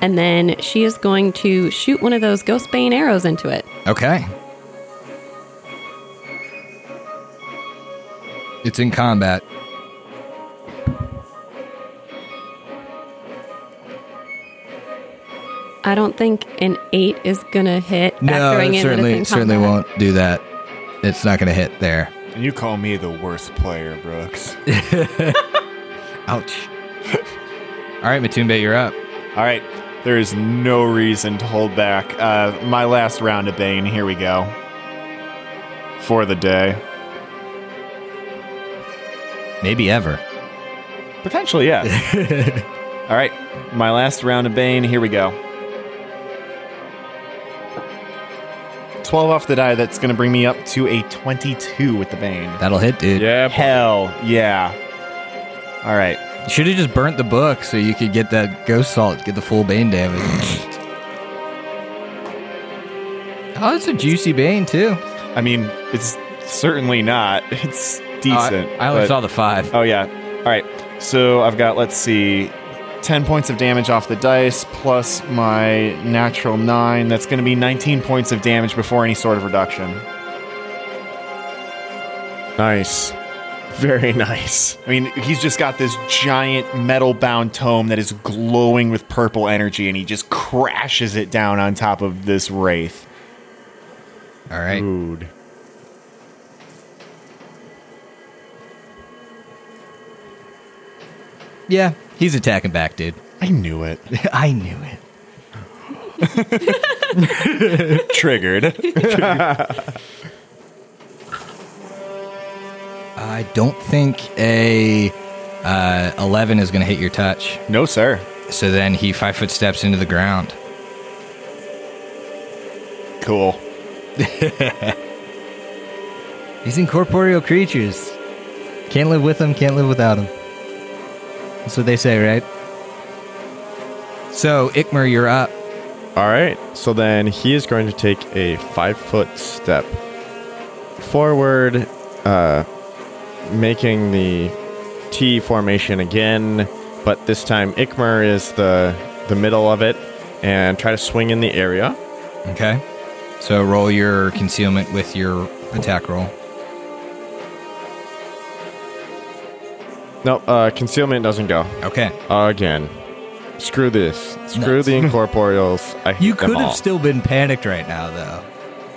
And then she is going to shoot one of those Ghostbane arrows into it. Okay. It's in combat. I don't think an eight is going to hit. No, factoring in it that it's certainly in certainly combat. won't do that. It's not going to hit there. and you call me the worst player, Brooks. Ouch. All right, Matumbe, you're up. All right. There is no reason to hold back. Uh, my last round of Bane. Here we go. For the day. Maybe ever. Potentially, yes. All right. My last round of Bane. Here we go. 12 off the die. That's going to bring me up to a 22 with the Bane. That'll hit, dude. Yeah, Hell yeah. All right. Should have just burnt the book so you could get that ghost salt, get the full bane damage. oh, it's a juicy bane too. I mean, it's certainly not. It's decent. Oh, I, I only but- saw the five. Oh yeah. All right. So I've got let's see, ten points of damage off the dice plus my natural nine. That's going to be nineteen points of damage before any sort of reduction. nice, very nice. I mean, he's just got this giant metal-bound tome that is glowing with purple energy, and he just crashes it down on top of this wraith. All right. Dude. Yeah, he's attacking back, dude. I knew it. I knew it. Triggered. I don't think a uh, eleven is going to hit your touch. no, sir. So then he five foot steps into the ground. Cool. These incorporeal creatures. Can't live with them, can't live without them. That's what they say, right? So, Ikmer, you're up. All right. So then he is going to take a five foot step forward, uh, making the T formation again, but this time Ikmer is the the middle of it, and try to swing in the area. Okay. So, roll your concealment with your attack roll. No, uh, concealment doesn't go Okay. again. Screw this. Screw nuts. the incorporeals. I hate You them could have all. still been panicked right now, though.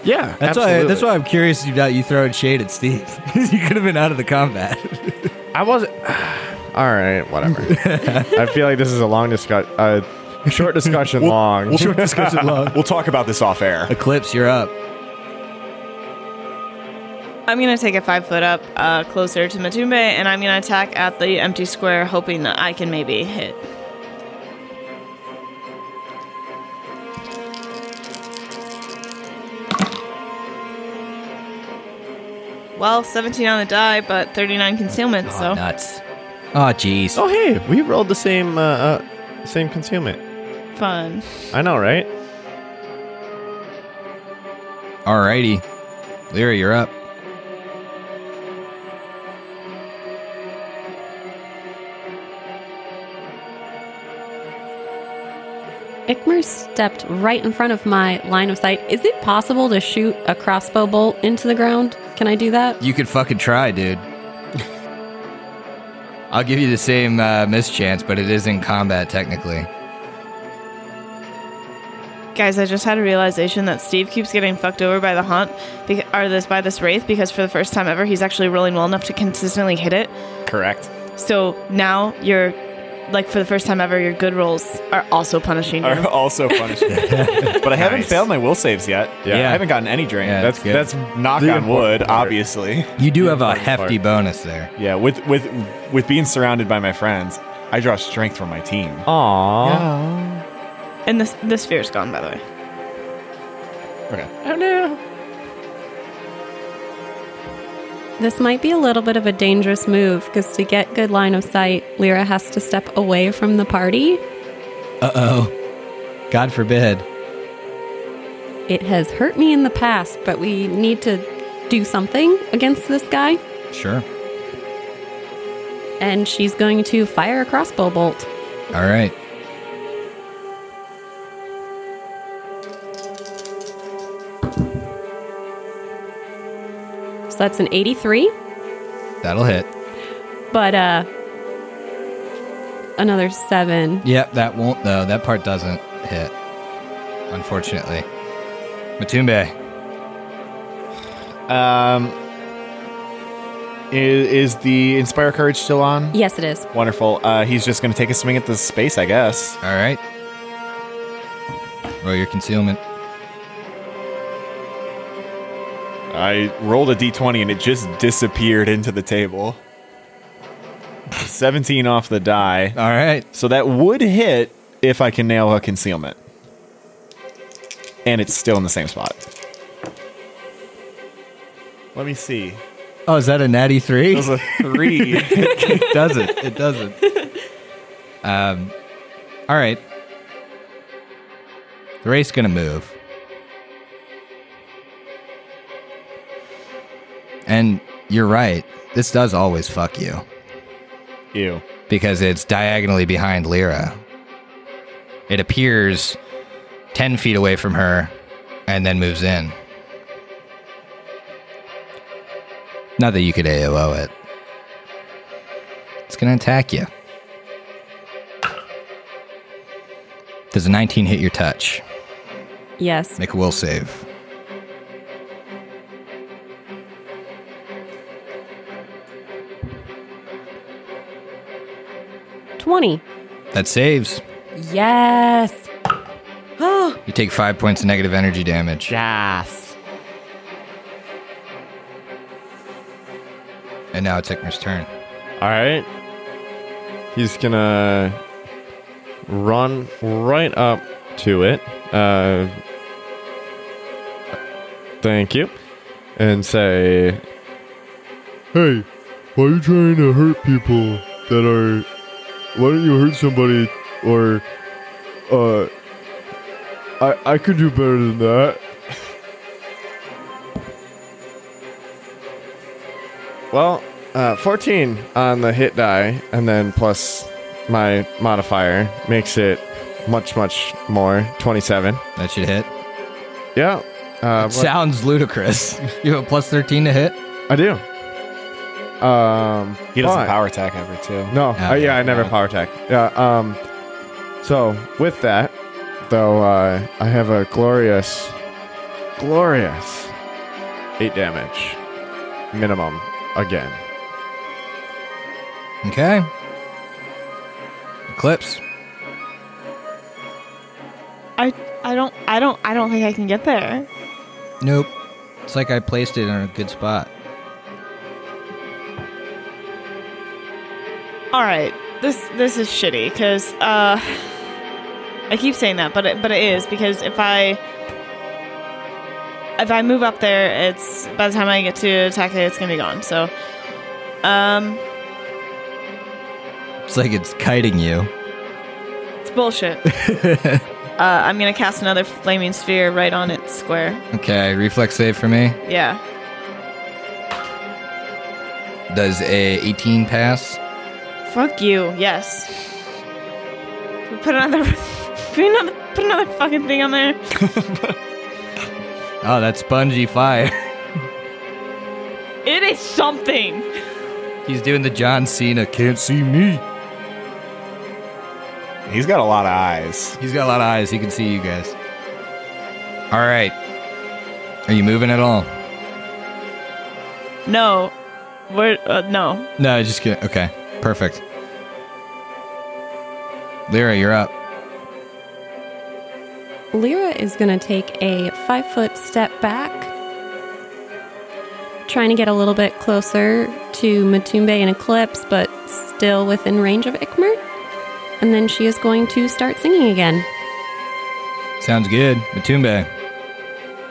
Yeah, That's why. That's why I'm curious about you throwing shade at Steve. you could have been out of the combat. I wasn't. All right, whatever. I feel like this is a long discussion. Uh, short discussion, long. We'll talk about this off air. Eclipse, you're up. I'm gonna take a five foot up, uh, closer to Matumbe, and I'm gonna attack at the empty square, hoping that I can maybe hit. Well, 17 on the die, but 39 concealment, so. Nuts. Oh, jeez. Oh, hey, we rolled the same uh, uh, same concealment. Fun. I know, right? Alrighty. Lyra, you're up. Ikmer stepped right in front of my line of sight. Is it possible to shoot a crossbow bolt into the ground? Can I do that? You could fucking try, dude. I'll give you the same uh, mischance, but it is in combat technically. Guys, I just had a realization that Steve keeps getting fucked over by the haunt, bec- or this by this wraith, because for the first time ever, he's actually rolling well enough to consistently hit it. Uh, Correct. So now you're, like, for the first time ever, your good rolls are also punishing you. Are also punished. but I haven't failed my will saves yet. Yeah. I haven't gotten any drain. Yeah, That's That's good. that's knock the on wood, important part. obviously. You do have a Important part. hefty bonus there. Yeah, with with with being surrounded by my friends, I draw strength from my team. Aw. Yeah. And this, this fear's gone, by the way. Okay. Oh no. This might be a little bit of a dangerous move because to get good line of sight, Lyra has to step away from the party. Uh oh. God forbid. It has hurt me in the past, but we need to do something against this guy. Sure. And she's going to fire a crossbow bolt. All right. So that's an 83, That'll hit. but uh another 7. Yep, that won't though. That part doesn't hit. Unfortunately. Matumbe. Um, i- is, is the inspire courage still on? Yes, it is. Wonderful. Uh, he's just going to take a swing at the space, I guess. All right. Roll your concealment. I rolled a d20 and it just disappeared into the table. 17 off the die. All right. So that would hit if I can nail a concealment. And it's still in the same spot. Let me see. Oh, is that a natty three? It was a three. it doesn't. It doesn't. Um. All right. The race gonna move. And you're right. This does always fuck you Ew. because it's diagonally behind Lyra. It appears 10 feet away from her and then moves in. Not that you could AOO it. It's going to attack you. Does a 19 hit your touch? Yes. Make a will save. Twenty. That saves. Yes. Oh, You take five points of negative energy damage. yes. And now it's Ikmer's turn. All right. He's gonna run right up to it. Uh, thank you, and say, Hey, why are you trying to hurt people that are. Why don't you hurt somebody or. Uh. I, I could do better than that. Well, uh, 14 on the hit die, and then plus my modifier makes it much, much more 27. That should hit. Yeah. Uh, but- Sounds ludicrous. You have a plus 13 to hit? I do. Um, He doesn't but- power attack ever, too. No, uh, yeah, I never no. power attack. Yeah. Um, so with that, though, uh, I have a glorious, glorious eight damage minimum again. Okay. Eclipse. I, I don't, I don't, I don't think I can get there. Nope. It's like I placed it in a good spot. All right, this this is shitty because uh, I keep saying that, but it, but it is because if I if I move up there, it's by the time I get to attack it, it's gonna be gone. So, um, It's like it's kiting you. it's bullshit. uh, I'm gonna cast another flaming sphere right on its square. Okay, reflex save for me. Yeah, Does a 18 pass? fuck you. Yes. Put another, put another, put another fucking thing on there. Oh, that's spongy fire. It is something. He's doing the John Cena can't see me. He's got a lot of eyes. He's got a lot of eyes. He can see you guys. All right. Are you moving at all? No, we're uh, no. No, I just kidding. Okay, perfect. Lyra, you're up. Lyra is going to take a five foot step back, trying to get a little bit closer to Matumbe and Eclipse, but still within range of Ikmer. And then she is going to start singing again. Sounds good. Matumbe.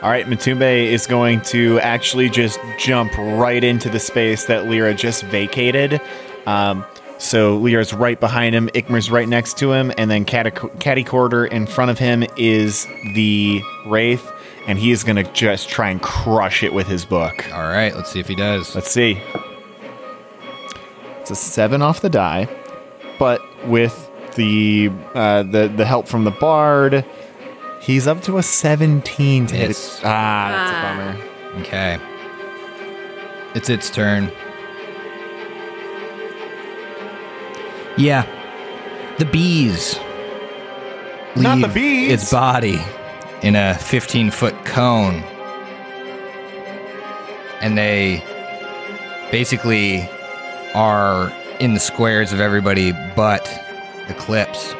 All right, Matumbe is going to actually just jump right into the space that Lyra just vacated. Um, so Lyra's right behind him, Ikmer's right next to him, and then Catac- Catty Quarter in front of him is the Wraith, and he is going to just try and crush it with his book. All right, let's see if he does. Let's see. It's a seven off the die, but with the uh, the the help from the bard, he's up to a seventeen to Miss. hit. Ah, that's a bummer. Okay. It's its turn. Yeah. The bees. Not the leave bees. Its body in a 15 foot cone. And they basically are in the squares of everybody but Eclipse.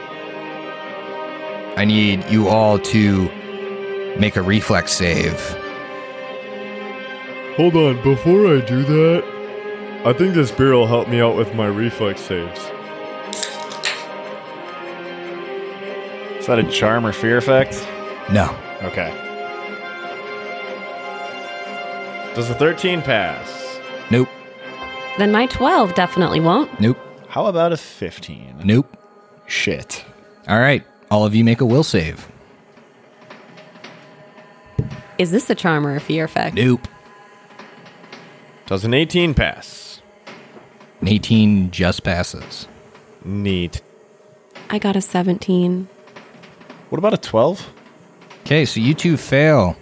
I need you all to make a reflex save. Hold on, before I do that, I think this beer will help me out with my reflex saves. Is Ah. that a charm or fear effect? No. Okay. Does a 13 pass? Nope. Then my 12 definitely won't. Nope. How about a fifteen? Nope. Shit. All right. All of you make a will save. Is this a charm or a fear effect? Nope. Does an 18 pass? An 18 just passes. Neat. I got a 17. What about a twelve? Okay, so you two fail.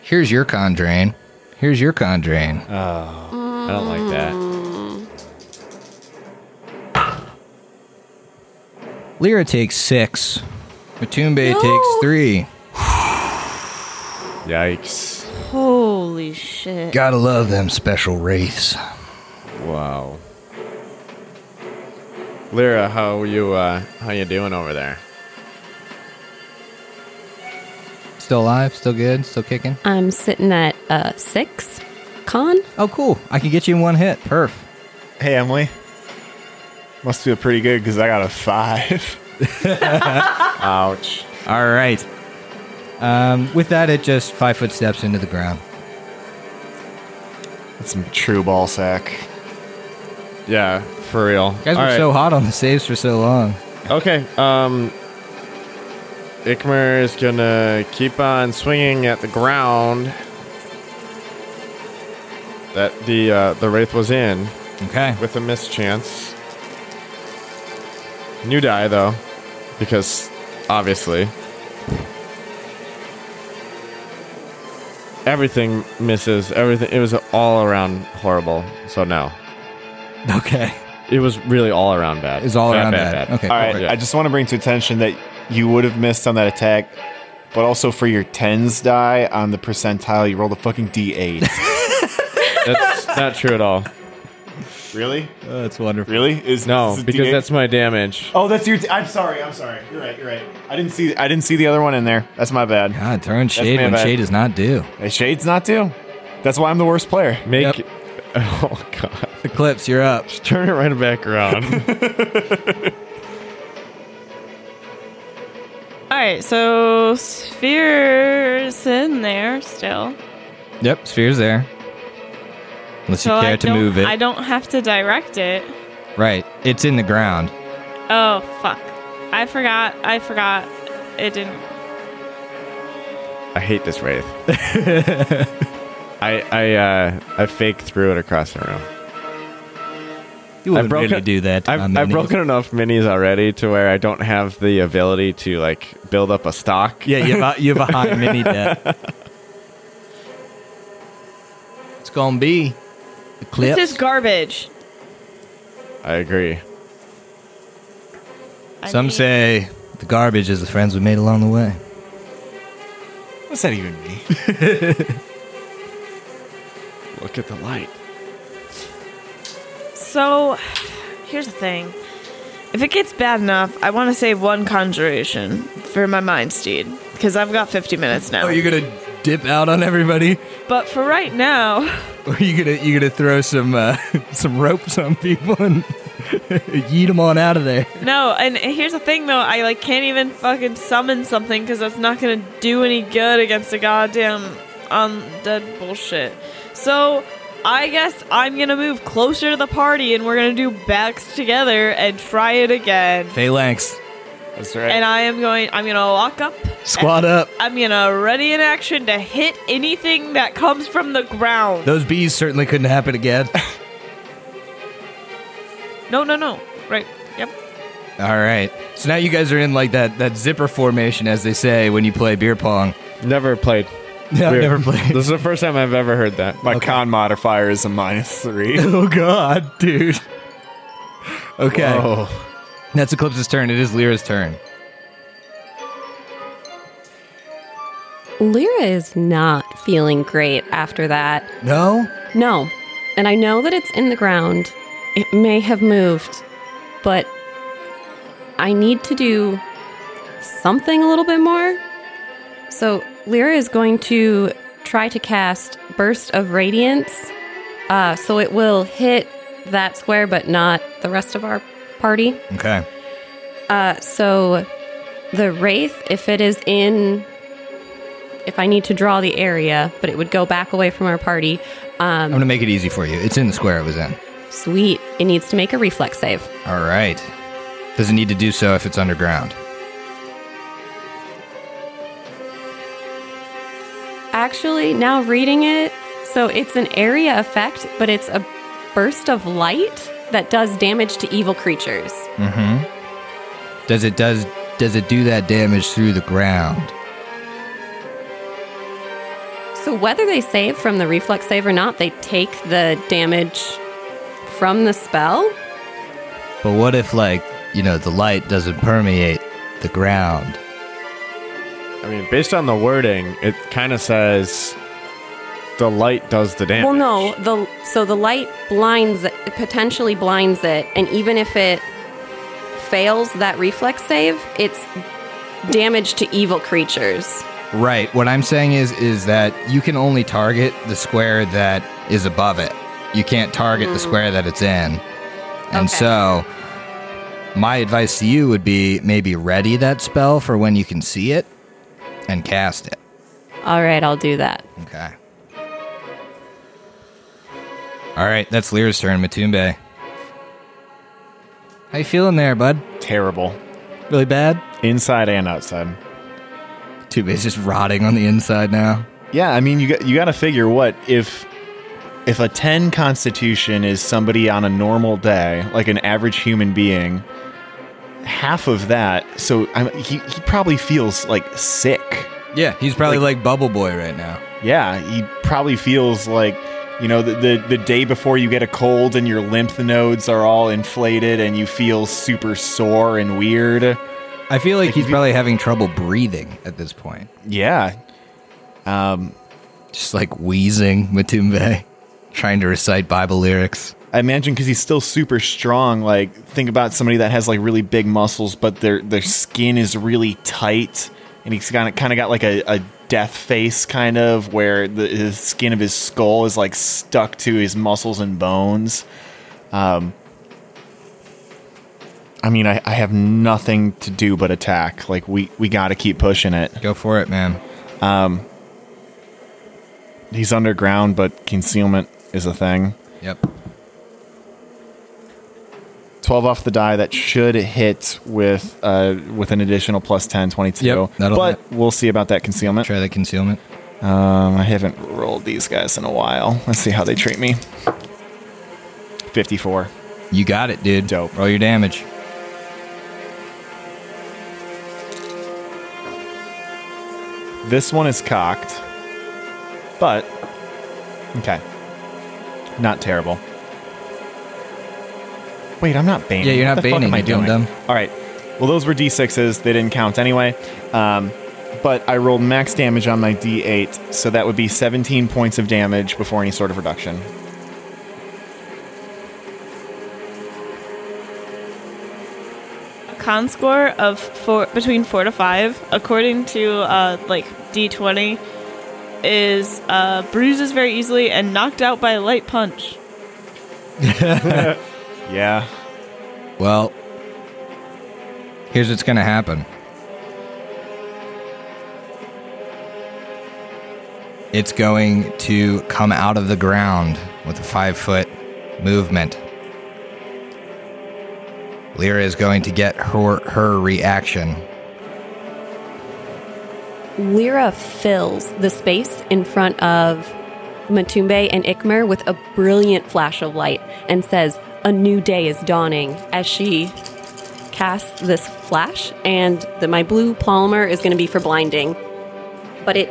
Here's your con drain. Here's your con drain. I don't like that. Lyra takes six. Matumbe takes three. Yikes. Holy shit. Gotta love them special wraiths. Wow. Lyra, how you uh how you doing over there? Still alive? Still good? Still kicking? I'm sitting at a 6 con. Oh, cool. I can get you in one hit. Perf. Hey Emily. Must feel pretty good because I got a five. Ouch. All right. Um, with that, it just five foot steps into the ground. That's some true ball sack. Yeah, for real. You guys All were right. so hot on the saves for so long. Okay. Um, Ikmer is gonna keep on swinging at the ground that the uh, the wraith was in Okay. with a mischance. New die though, because obviously everything misses. Everything. It was all around horrible. So no, Okay. it was really all around bad. It's all around bad. Okay. All right, Yeah. I just want to bring to attention that you would have missed on that attack, but also for your tens die on the percentile, you rolled a fucking d8. That's not true at all. really? that's wonderful. Really? Is No, is it because D8? that's my damage. Oh, that's your. T- I'm sorry. I'm sorry. You're right. You're right. I didn't see. I didn't see the other one in there. That's my bad. God, throwing shade my when bad. shade is not due. Hey, Shades not too. That's why I'm the worst player. Make Oh god. Eclipse, you're up. Just turn it right back around. All right, so Sphere's in there still. Yep, sphere's there. Unless So you I care to don't- move it. I don't have to direct it. Right. It's in the ground. Oh fuck! I forgot. I forgot. It didn't. I hate this wraith. I I uh, I fake threw it across the room. You I've wouldn't broken- really do that. I've, on I've minis. broken enough minis already to where I don't have the ability to like build up a stock. Yeah, you have a, you have a hot mini debt. It's gonna be the clips. This is garbage. I agree. I Some need- say the garbage is the friends we made along the way. What's that even mean? Look at the light. So, here's the thing. If it gets bad enough, I want to save one conjuration for my mind steed because I've got 50 minutes now. Oh, gonna dip out on everybody? but for right now, Or you gonna you gonna throw some uh, some ropes on people and yeet them on out of there? no. And here's the thing, though. I like can't even fucking summon something because that's not gonna do any good against the goddamn undead bullshit. So. I guess I'm gonna move closer to the party and we're gonna do backs together and try it again. Phalanx, That's right. And I am going, I'm gonna walk up squat up. I'm gonna ready in action to hit anything that comes from the ground. Those bees certainly couldn't happen again. No, no, no. Right. Yep. All right. So now you guys are in like that that zipper formation, as they say when you play beer pong. Never played. Yeah, I've Weird. never played. This is the first time I've ever heard that. My con modifier is a minus three. Oh god, dude. Okay. Whoa. That's Eclipse's turn. It is Lyra's turn. Lyra is not feeling great after that. No? No. And I know that it's in the ground. It may have moved, but I need to do something a little bit more. So Lyra is going to try to cast Burst of Radiance. Uh, so it will hit that square, but not the rest of our party. Okay. Uh, so the wraith, if it is in, if I need to draw the area, but it would go back away from our party. I'm Um, gonna make it easy for you. It's in the square it was in. sweet, it needs to make a reflex save. All right. Does it need to do so if it's underground? Actually, now reading it, so it's an area effect, but it's a burst of light that does damage to evil creatures. Does it does does it do that damage through the ground? So whether they save from the reflex save or not, they take the damage from the spell. But what if like, you know, the light doesn't permeate the ground? I mean, based on the wording, it kind of says the light does the damage. Well, no. The so the light blinds it, potentially blinds it, and even if it fails that reflex save, it's damage to evil creatures. Right. What I'm saying is is that you can only target the square that is above it. You can't target the square that it's in. And Okay. so my advice to you would be maybe ready that spell for when you can see it and cast it. All right, I'll do that. Okay. All right, that's Lyra's turn, Matumbe. How you feeling there, bud? Terrible. Really bad? Inside and outside. Matumbe's just rotting on the inside now. Yeah, I mean, you got you got to figure what if if a 10 constitution is somebody on a normal day, like an average human being, half of that. So I'm, he he probably feels like sick. Yeah, he's probably like, Bubble Boy right now. Yeah, he probably feels like you know the, the the day before you get a cold and your lymph nodes are all inflated and you feel super sore and weird. I feel like he's probably having trouble breathing at this point. Yeah. Um, Just like wheezing Matumbe, trying to recite Bible lyrics. I imagine because he's still super strong. Like, think about somebody that has like really big muscles, but their their skin is really tight, and he's kind of kind of got like a, a death face, kind of where the his skin of his skull is like stuck to his muscles and bones. Um, I mean, I, I have nothing to do but attack. Like we we got to keep pushing it. Go for it, man. He's underground, but concealment is a thing. Yep. 12 off the die that should hit with uh with an additional plus 10 22 Yep, that'll but we'll see about that concealment Try the concealment. um i haven't rolled these guys in a while let's see how they treat me 54 You got it, dude. Dope. Roll your damage. this one is cocked but okay not terrible wait i'm not baiting Yeah, you're not What the fuck baiting, am I you doing? dum-dum. all right well those were d6s they didn't count anyway um but I rolled max damage on my D8, so that would be 17 points of damage before any sort of reduction. A con score of four between four to five, according to uh, like D20, is uh, bruises very easily and knocked out by a light punch. Yeah. Well, here's what's going to happen. It's going to come out of the ground with a five foot movement. Lyra is going to get her her reaction. Lyra fills the space in front of Matumbe and Ikmer with a brilliant flash of light and says, A new day is dawning as she casts this flash. And the, my blue polymer is going to be for blinding. But it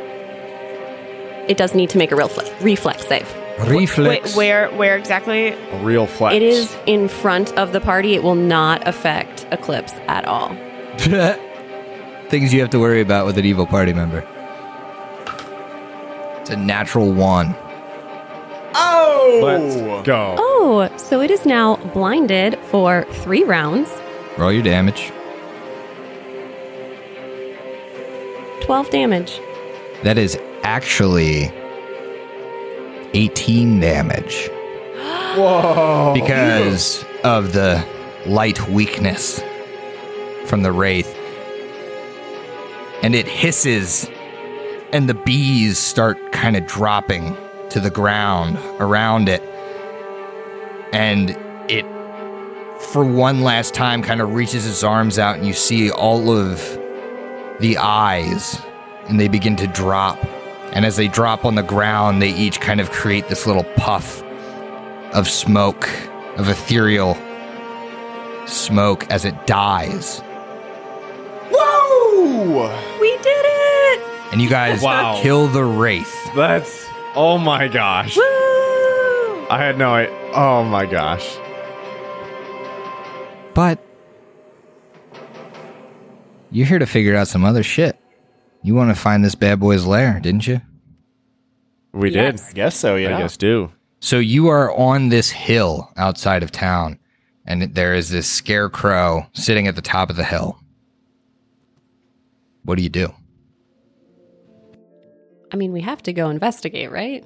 it does need to make a real fle- reflex save. Reflex. Wait, where where exactly? A real flex. It is in front of the party. It will not affect Eclipse at all. Things you have to worry about with an evil party member. It's a natural one. Let's go. Oh, so it is now blinded for three rounds. Roll your damage. 12 damage. That is actually 18 damage. Whoa. Because of the light weakness from the wraith. And it hisses, and the bees start kind of dropping to the ground around it. And it, for one last time, kind of reaches its arms out, and you see all of the eyes and they begin to drop. And as they drop on the ground, they each kind of create this little puff of smoke, of ethereal smoke as it dies. We did it! And you guys Wow. kill the wraith. That's. Oh my gosh. I had no idea. Oh my gosh. But you're here to figure out some other shit. You want to find this bad boy's lair, didn't you? We I guess so, did. yeah. I guess do. So you are on this hill outside of town, and there is this scarecrow sitting at the top of the hill. What do you do? I mean, we have to go investigate, right?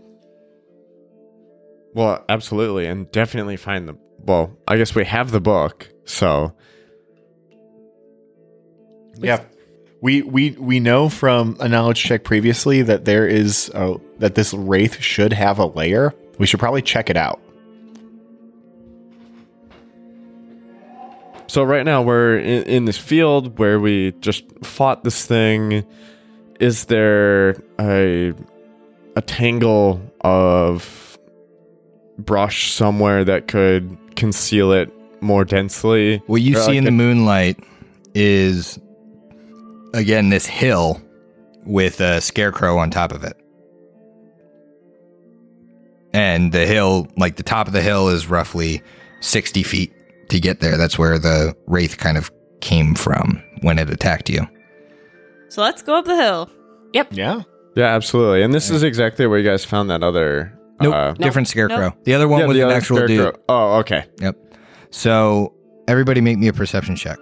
Well, absolutely, and definitely find the. Well, I guess we have the book, so Yeah. We we we know from a knowledge check previously that there is uh, that this wraith should have a layer. We should probably check it out. So right now we're in, in this field where we just fought this thing. Is there a a tangle of brush somewhere that could conceal it more densely? What you Or see like in a- the moonlight is again this hill with a scarecrow on top of it. And the hill, like the top of the hill, is roughly 60 feet to get there. That's where the wraith kind of came from when it attacked you. So let's go up the hill. Yeah. Yeah, absolutely. And this is exactly where you guys found that other. Nope, uh, different scarecrow. The other one yeah, was the an other actual scarecrow. dude. Oh, okay. Yep. So everybody, make me a perception check.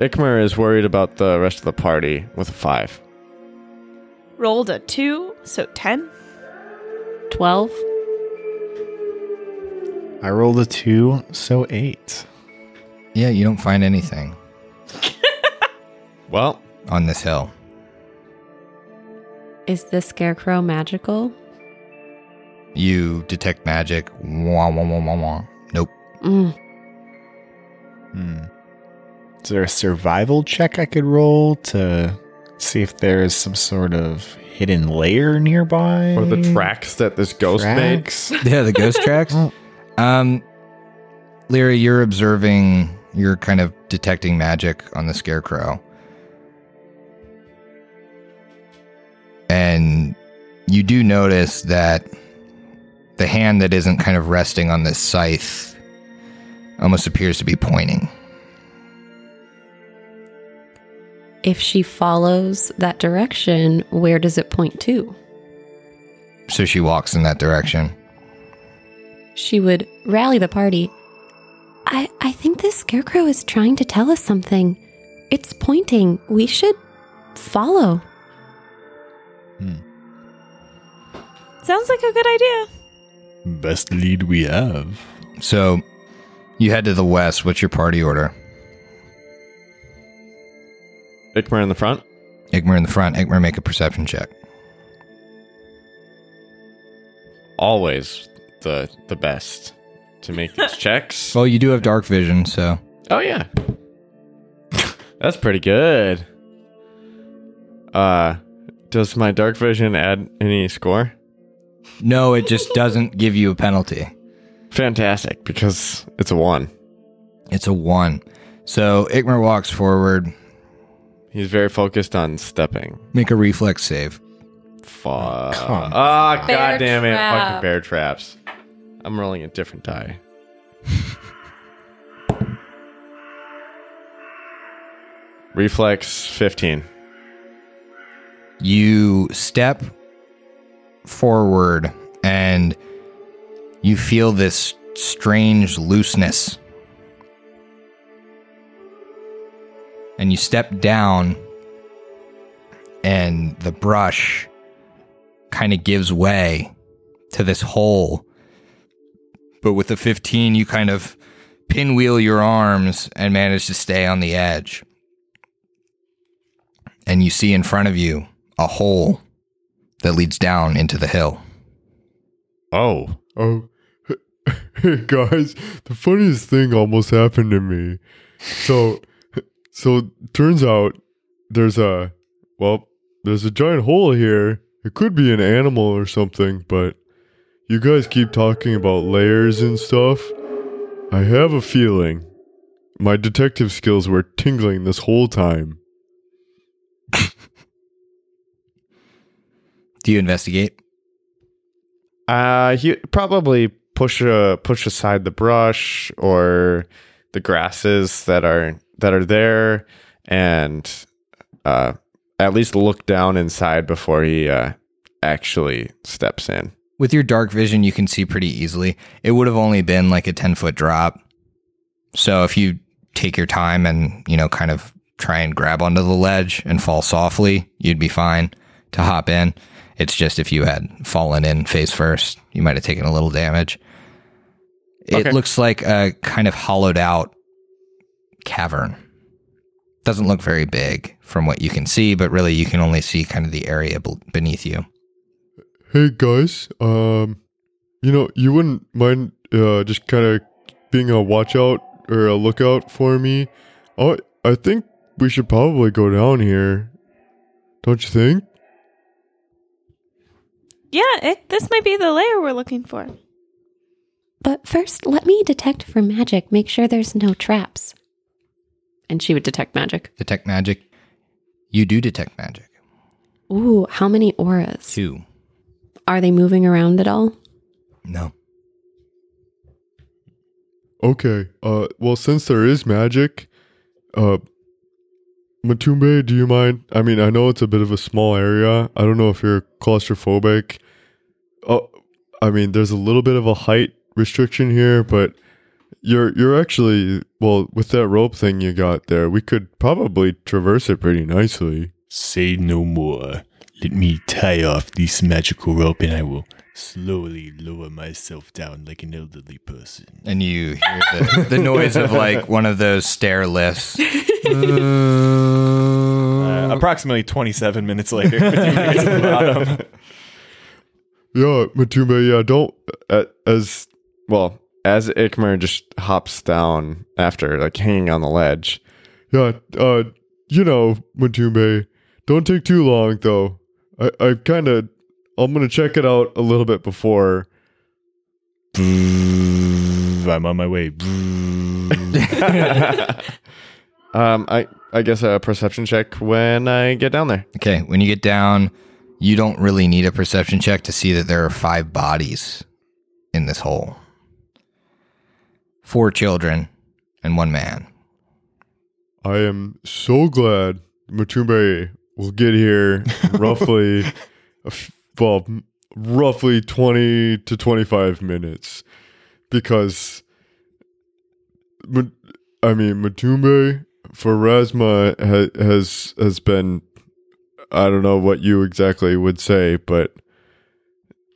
Ikmer is worried about the rest of the party with a five. Rolled a two, so ten. 12. I rolled a two, so eight. Yeah, you don't find anything Well, on this hill. Is the scarecrow magical? You detect magic. Wah, wah, wah, wah, wah. Nope. Mm. Hmm. Is there a survival check I could roll to see if there is some sort of hidden layer nearby? or the tracks that this ghost made. Mm. Tracks? Yeah, the ghost tracks. Um, Lyra, you're observing, you're kind of detecting magic on the scarecrow. And you do notice that the hand that isn't kind of resting on this scythe almost appears to be pointing. If she follows that direction, where does it point to? So she walks in that direction. She would rally the party. I, I think this scarecrow is trying to tell us something. It's pointing. We should follow. Sounds like a good idea. Best lead we have. So you head to the west. What's your party order? Ikmer in the front. Igmar in the front. Igmar, make a perception check. Always the the best to make these checks. Well, you do have dark vision, so Oh yeah. That's pretty good. Uh does my dark vision add any score? no, it just doesn't give you a penalty. Fantastic, because it's a one. It's a one. So Igmar walks forward. He's very focused on stepping. Make a reflex save. Fuck. Ah, Bear god damn it. trap. Fucking bear traps. I'm rolling a different die. Reflex 15. You step forward and you feel this strange looseness. And you step down, and the brush kind of gives way to this hole. But with the 15, you kind of pinwheel your arms and manage to stay on the edge. and you see in front of you a hole that leads down into the hill. Oh. Oh, hey guys, the funniest thing almost happened to me. So, so turns out there's a well, there's a giant hole here. It could be an animal or something, but you guys keep talking about layers and stuff. I have a feeling my detective skills were tingling this whole time. Do you investigate? Uh, he probably push uh push aside the brush or the grasses that are that are there, and uh, at least look down inside before he uh, actually steps in. With your dark vision, you can see pretty easily. It would have only been like a 10 foot drop. So if you take your time and, you know, kind of try and grab onto the ledge and fall softly, you'd be fine to hop in. It's just if you had fallen in face first, you might have taken a little damage. Okay. It looks like a kind of hollowed out cavern. Doesn't look very big from what you can see, but really you can only see kind of the area bel- beneath you. Hey guys, um, you know, you wouldn't mind uh, just kind of being a watch out or a lookout for me. I I think we should probably go down here, don't you think? Yeah, it, this might be the layer we're looking for. But first, let me detect for magic, make sure there's no traps. And she would detect magic. Detect magic. You do detect magic. Ooh, how many auras? Two. Are they moving around at all? No. Okay. Uh, well, since there is magic, uh, Matumbe, do you mind? I mean, I know it's a bit of a small area. I don't know if you're claustrophobic. Oh, I mean, there's a little bit of a height restriction here, but you're you're actually well with that rope thing you got there. We could probably traverse it pretty nicely. Say no more. Let me tie off this magical rope and I will slowly lower myself down like an elderly person. and you hear the, the noise of like one of those stair lifts. Uh, approximately 27 minutes later, you get to the bottom. Yeah, Matumba, yeah, don't. Uh, as well, as Ikmer just hops down after, like hanging on the ledge. Yeah, uh, you know, Matumbe, don't take too long though. I, I kind of, I'm gonna check it out a little bit before. I'm on my way. Um, I, I guess a perception check when I get down there. Okay, when you get down, you don't really need a perception check to see that there are five bodies in this hole. Four children and one man. I am so glad Matumbe will get here roughly, a f- well, m- roughly twenty to twenty-five minutes, because, Ma- I mean, Matumbe for Rasma ha- has has been, I don't know what you exactly would say, but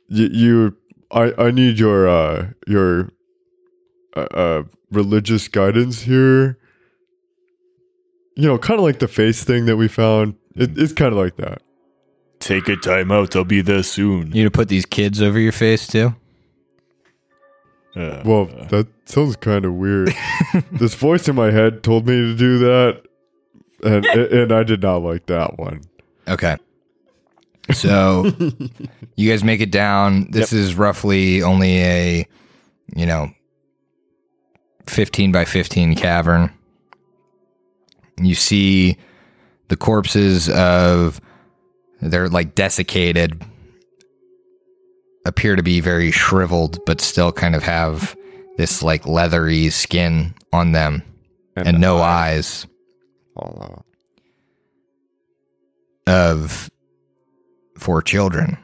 y- you, I I need your uh your uh, uh religious guidance here you know, kind of like the face thing that we found. It, it's kind of like that. Take a time out. I'll be there soon. You to put these kids over your face too? Uh, Well, that sounds kind of weird. this voice in my head told me to do that, and and I did not like that one. Okay. So you guys make it down. This is roughly only a, you know, 15 by 15 cavern. You see the corpses of, they're like desiccated, appear to be very shriveled, but still kind of have this like leathery skin on them and, no eyes Hollow. of four children.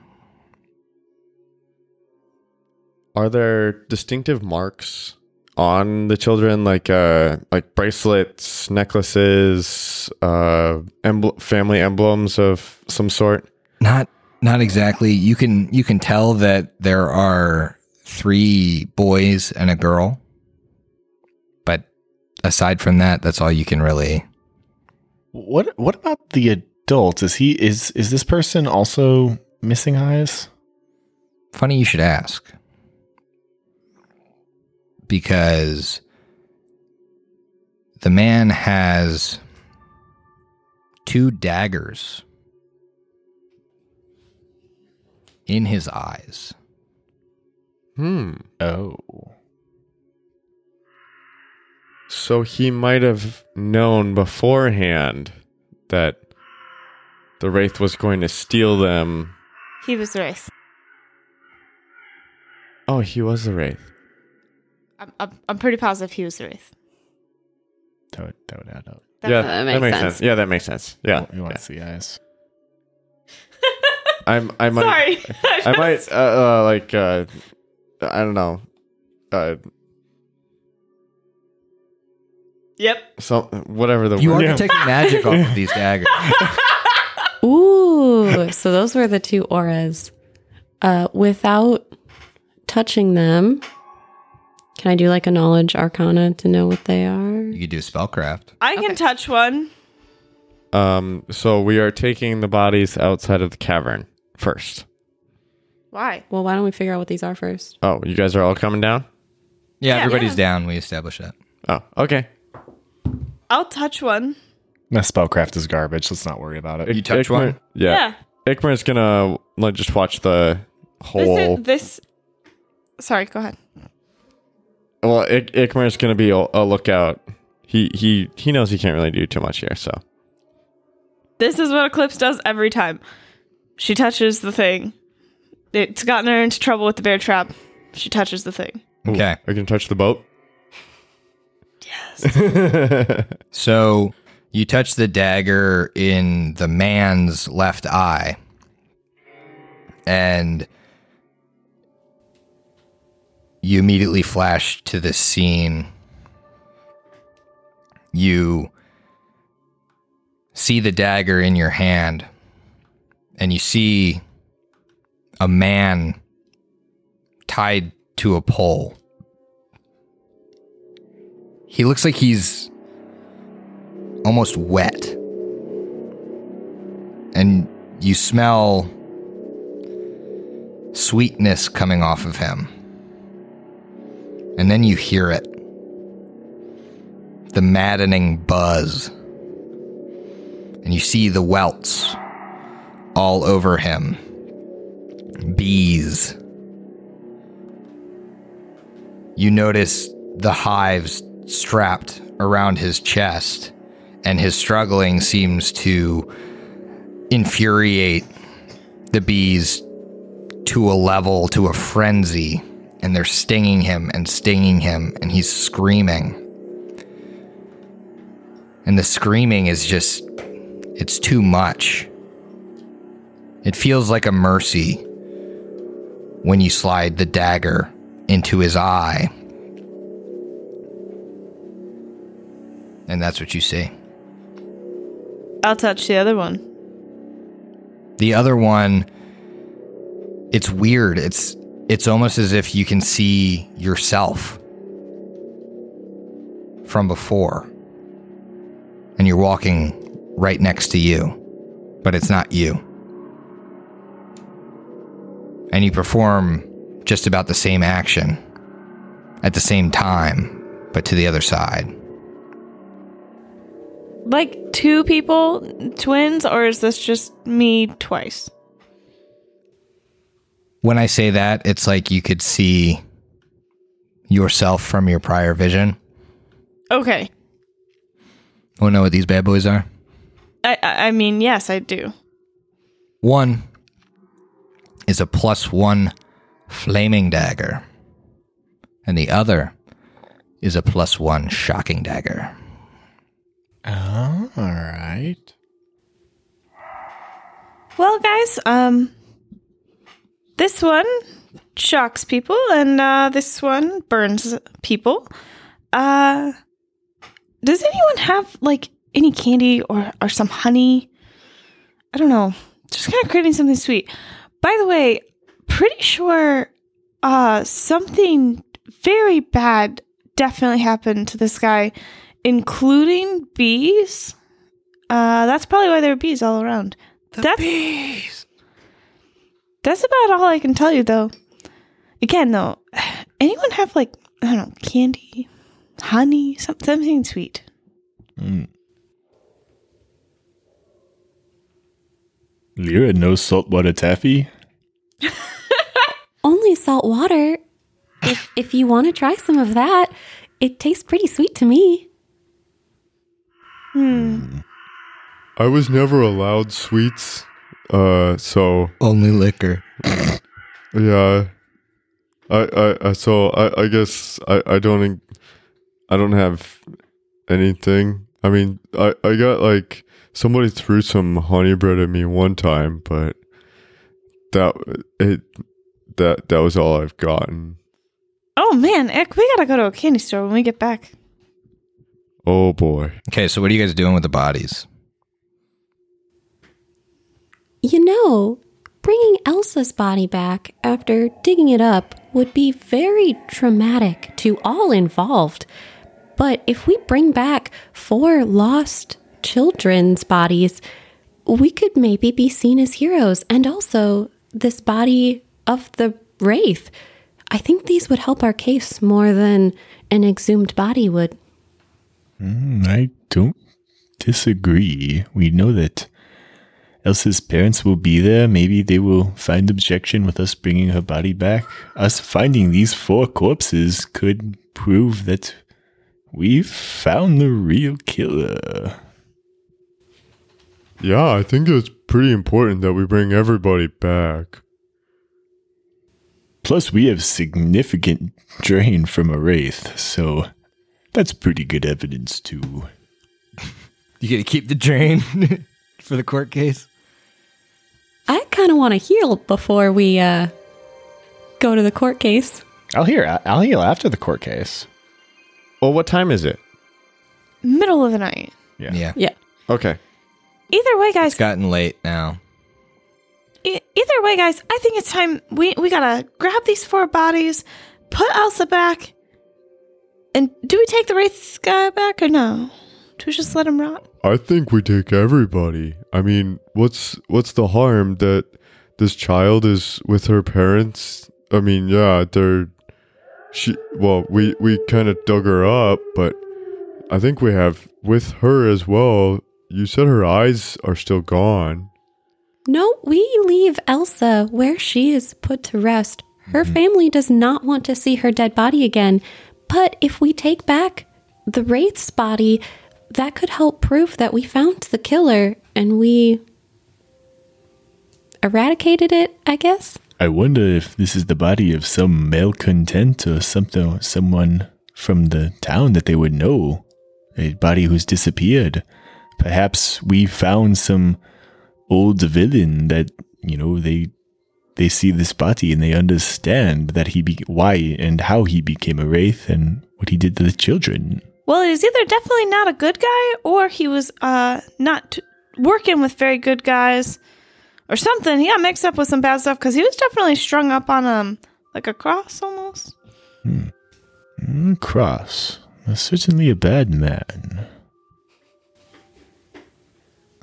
Are there distinctive marks on the children, like uh, like bracelets, necklaces, uh, emble- family emblems of some sort? Not not exactly. You can you can tell that there are three boys and a girl. But aside from that, that's all you can really What what about the adult? Is he is is this person also missing eyes? Funny you should ask. Because the man has two daggers in his eyes. Hmm. Oh. So he might have known beforehand that the wraith was going to steal them. He was Wraith. Oh, he was the wraith. I'm, I'm, I'm pretty positive he was Wraith. That would, that would add up. yeah, that makes sense. Yeah, that makes sense. Yeah, Oh, You want yeah. to see eyes. I'm. I might. Sorry. I might uh, uh like uh I don't know. Uh Yep. some whatever the You word- are detecting magic off of these daggers. Ooh, so those were the two auras. Uh, without touching them, can I do like a knowledge arcana to know what they are? You could do spellcraft. I can touch one. um so we are taking the bodies outside of the cavern first. Why? Well, why don't we figure out what these are first? Oh, you guys are all coming down? Yeah, everybody's down. We established that. Oh, okay. I'll touch one. My spellcraft is garbage. Let's not worry about it. You touch one? Yeah. Ikmer's gonna like just watch the This, whole is- this. Sorry, go ahead. Well, Ik- Ikmer's gonna be a, a lookout. He he he knows he can't really do too much here, so This is what Eclipse does every time. She touches the thing. It's gotten her into trouble with the bear trap. She touches the thing. Okay. I can touch the boat. So you touch the dagger in the man's left eye, and you immediately flash to this scene. You see the dagger in your hand, and you see a man tied to a pole. He looks like he's almost wet. And you smell sweetness coming off of him. And then you hear it the maddening buzz. And you see the welts all over him. Bees. You notice the hives strapped around his chest, and his struggling seems to infuriate the bees to a level, to a frenzy, and they're stinging him and stinging him, and he's screaming. And the screaming is just, it's too much. It feels like a mercy when you slide the dagger into his eye. And that's what you see. I'll touch the other one. The other one, it's weird. It's it's almost as if you can see yourself from before. And you're walking right next to you, but it's not you. And you perform just about the same action at the same time, but to the other side. Like two people, twins, or is this just me twice? When I say that, it's like you could see yourself from your prior vision. Okay. Want to know what these bad boys are? I I I mean, yes, I do. One is a plus one flaming dagger, and the other is a plus one shocking dagger. All right. Well, guys, um, this one shocks people, and uh, this one burns people. Uh, does anyone have like any candy or or some honey? I don't know. Just kind of craving something sweet. By the way, pretty sure uh, something very bad definitely happened to this guy, including bees. Uh, that's probably why there are bees all around. that's, That's about all I can tell you, though. Again, though, anyone have like I don't know, candy, honey, some, something sweet? Lyra, no saltwater taffy? Only salt water. If, if you want to try some of that, it tastes pretty sweet to me. Hmm. I was never allowed sweets. Uh, so Only liquor. yeah, I, I, I so I, I guess I, I don't, en- I don't have anything. I mean, I, I got like somebody threw some honey bread at me one time, but that it, that that was all I've gotten. Oh man, Eck, we gotta go to a candy store when we get back. Oh boy. Okay, so what are you guys doing with the bodies? You know, bringing Elsa's body back after digging it up would be very traumatic to all involved. But if we bring back four lost children's bodies, we could maybe be seen as heroes. And also, this body of the Wraith. I think these would help our case more than an exhumed body would. I don't disagree. We know that Elsa's parents will be there. Maybe they will find objection with us bringing her body back. Us finding these four corpses could prove that we've found the real killer. Yeah, I think it's pretty important that we bring everybody back. Plus, we have significant drain from a wraith, so that's pretty good evidence, too. You gonna keep the drain for the court case? I kind of want to heal before we uh, go to the court case. I'll hear. I'll heal after the court case. Well, what time is it? Middle of the night. Yeah. Yeah. Okay. Either way, guys, It's gotten late now. e- Either way, guys, I think it's time we, we gotta grab these four bodies, put Elsa back, and do we take the Wraith guy back or no? Do we just let him rot? I think we take everybody. I mean, what's what's the harm that this child is with her parents? I mean, yeah, they're she well, we we kind of dug her up, but I think we have with her as well. You said her eyes are still gone. No, we leave Elsa where she is put to rest. Her family does not want to see her dead body again. But if we take back the Wraith's body, that could help prove that we found the killer and we eradicated it, I guess. I wonder if this is the body of some malcontent or something, someone from the town that they would know. A body who's disappeared. Perhaps we found some old villain that you know they they see this body and they understand that he be why and how he became a wraith and what he did to the children. Well, he was either definitely not a good guy or he was uh, not t- working with very good guys or something. He got mixed up with some bad stuff because he was definitely strung up on um like a cross almost. Mm, Cross, uh, certainly a bad man.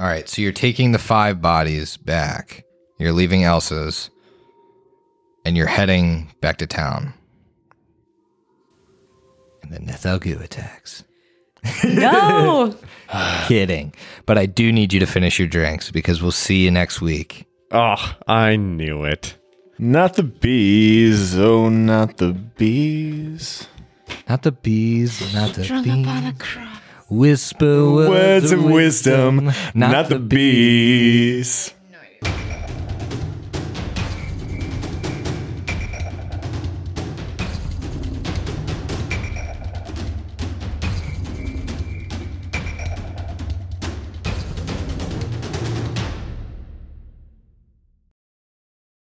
All right, so you're taking the five bodies back. You're leaving Elsa's, and you're heading back to town. And then Nathelgu attacks. No! Kidding, but I do need you to finish your drinks because we'll see you next week. Oh, I knew it. Not the bees, oh, not the bees. Not the bees, not the bees. Whisper words, Words of of wisdom, not the bees.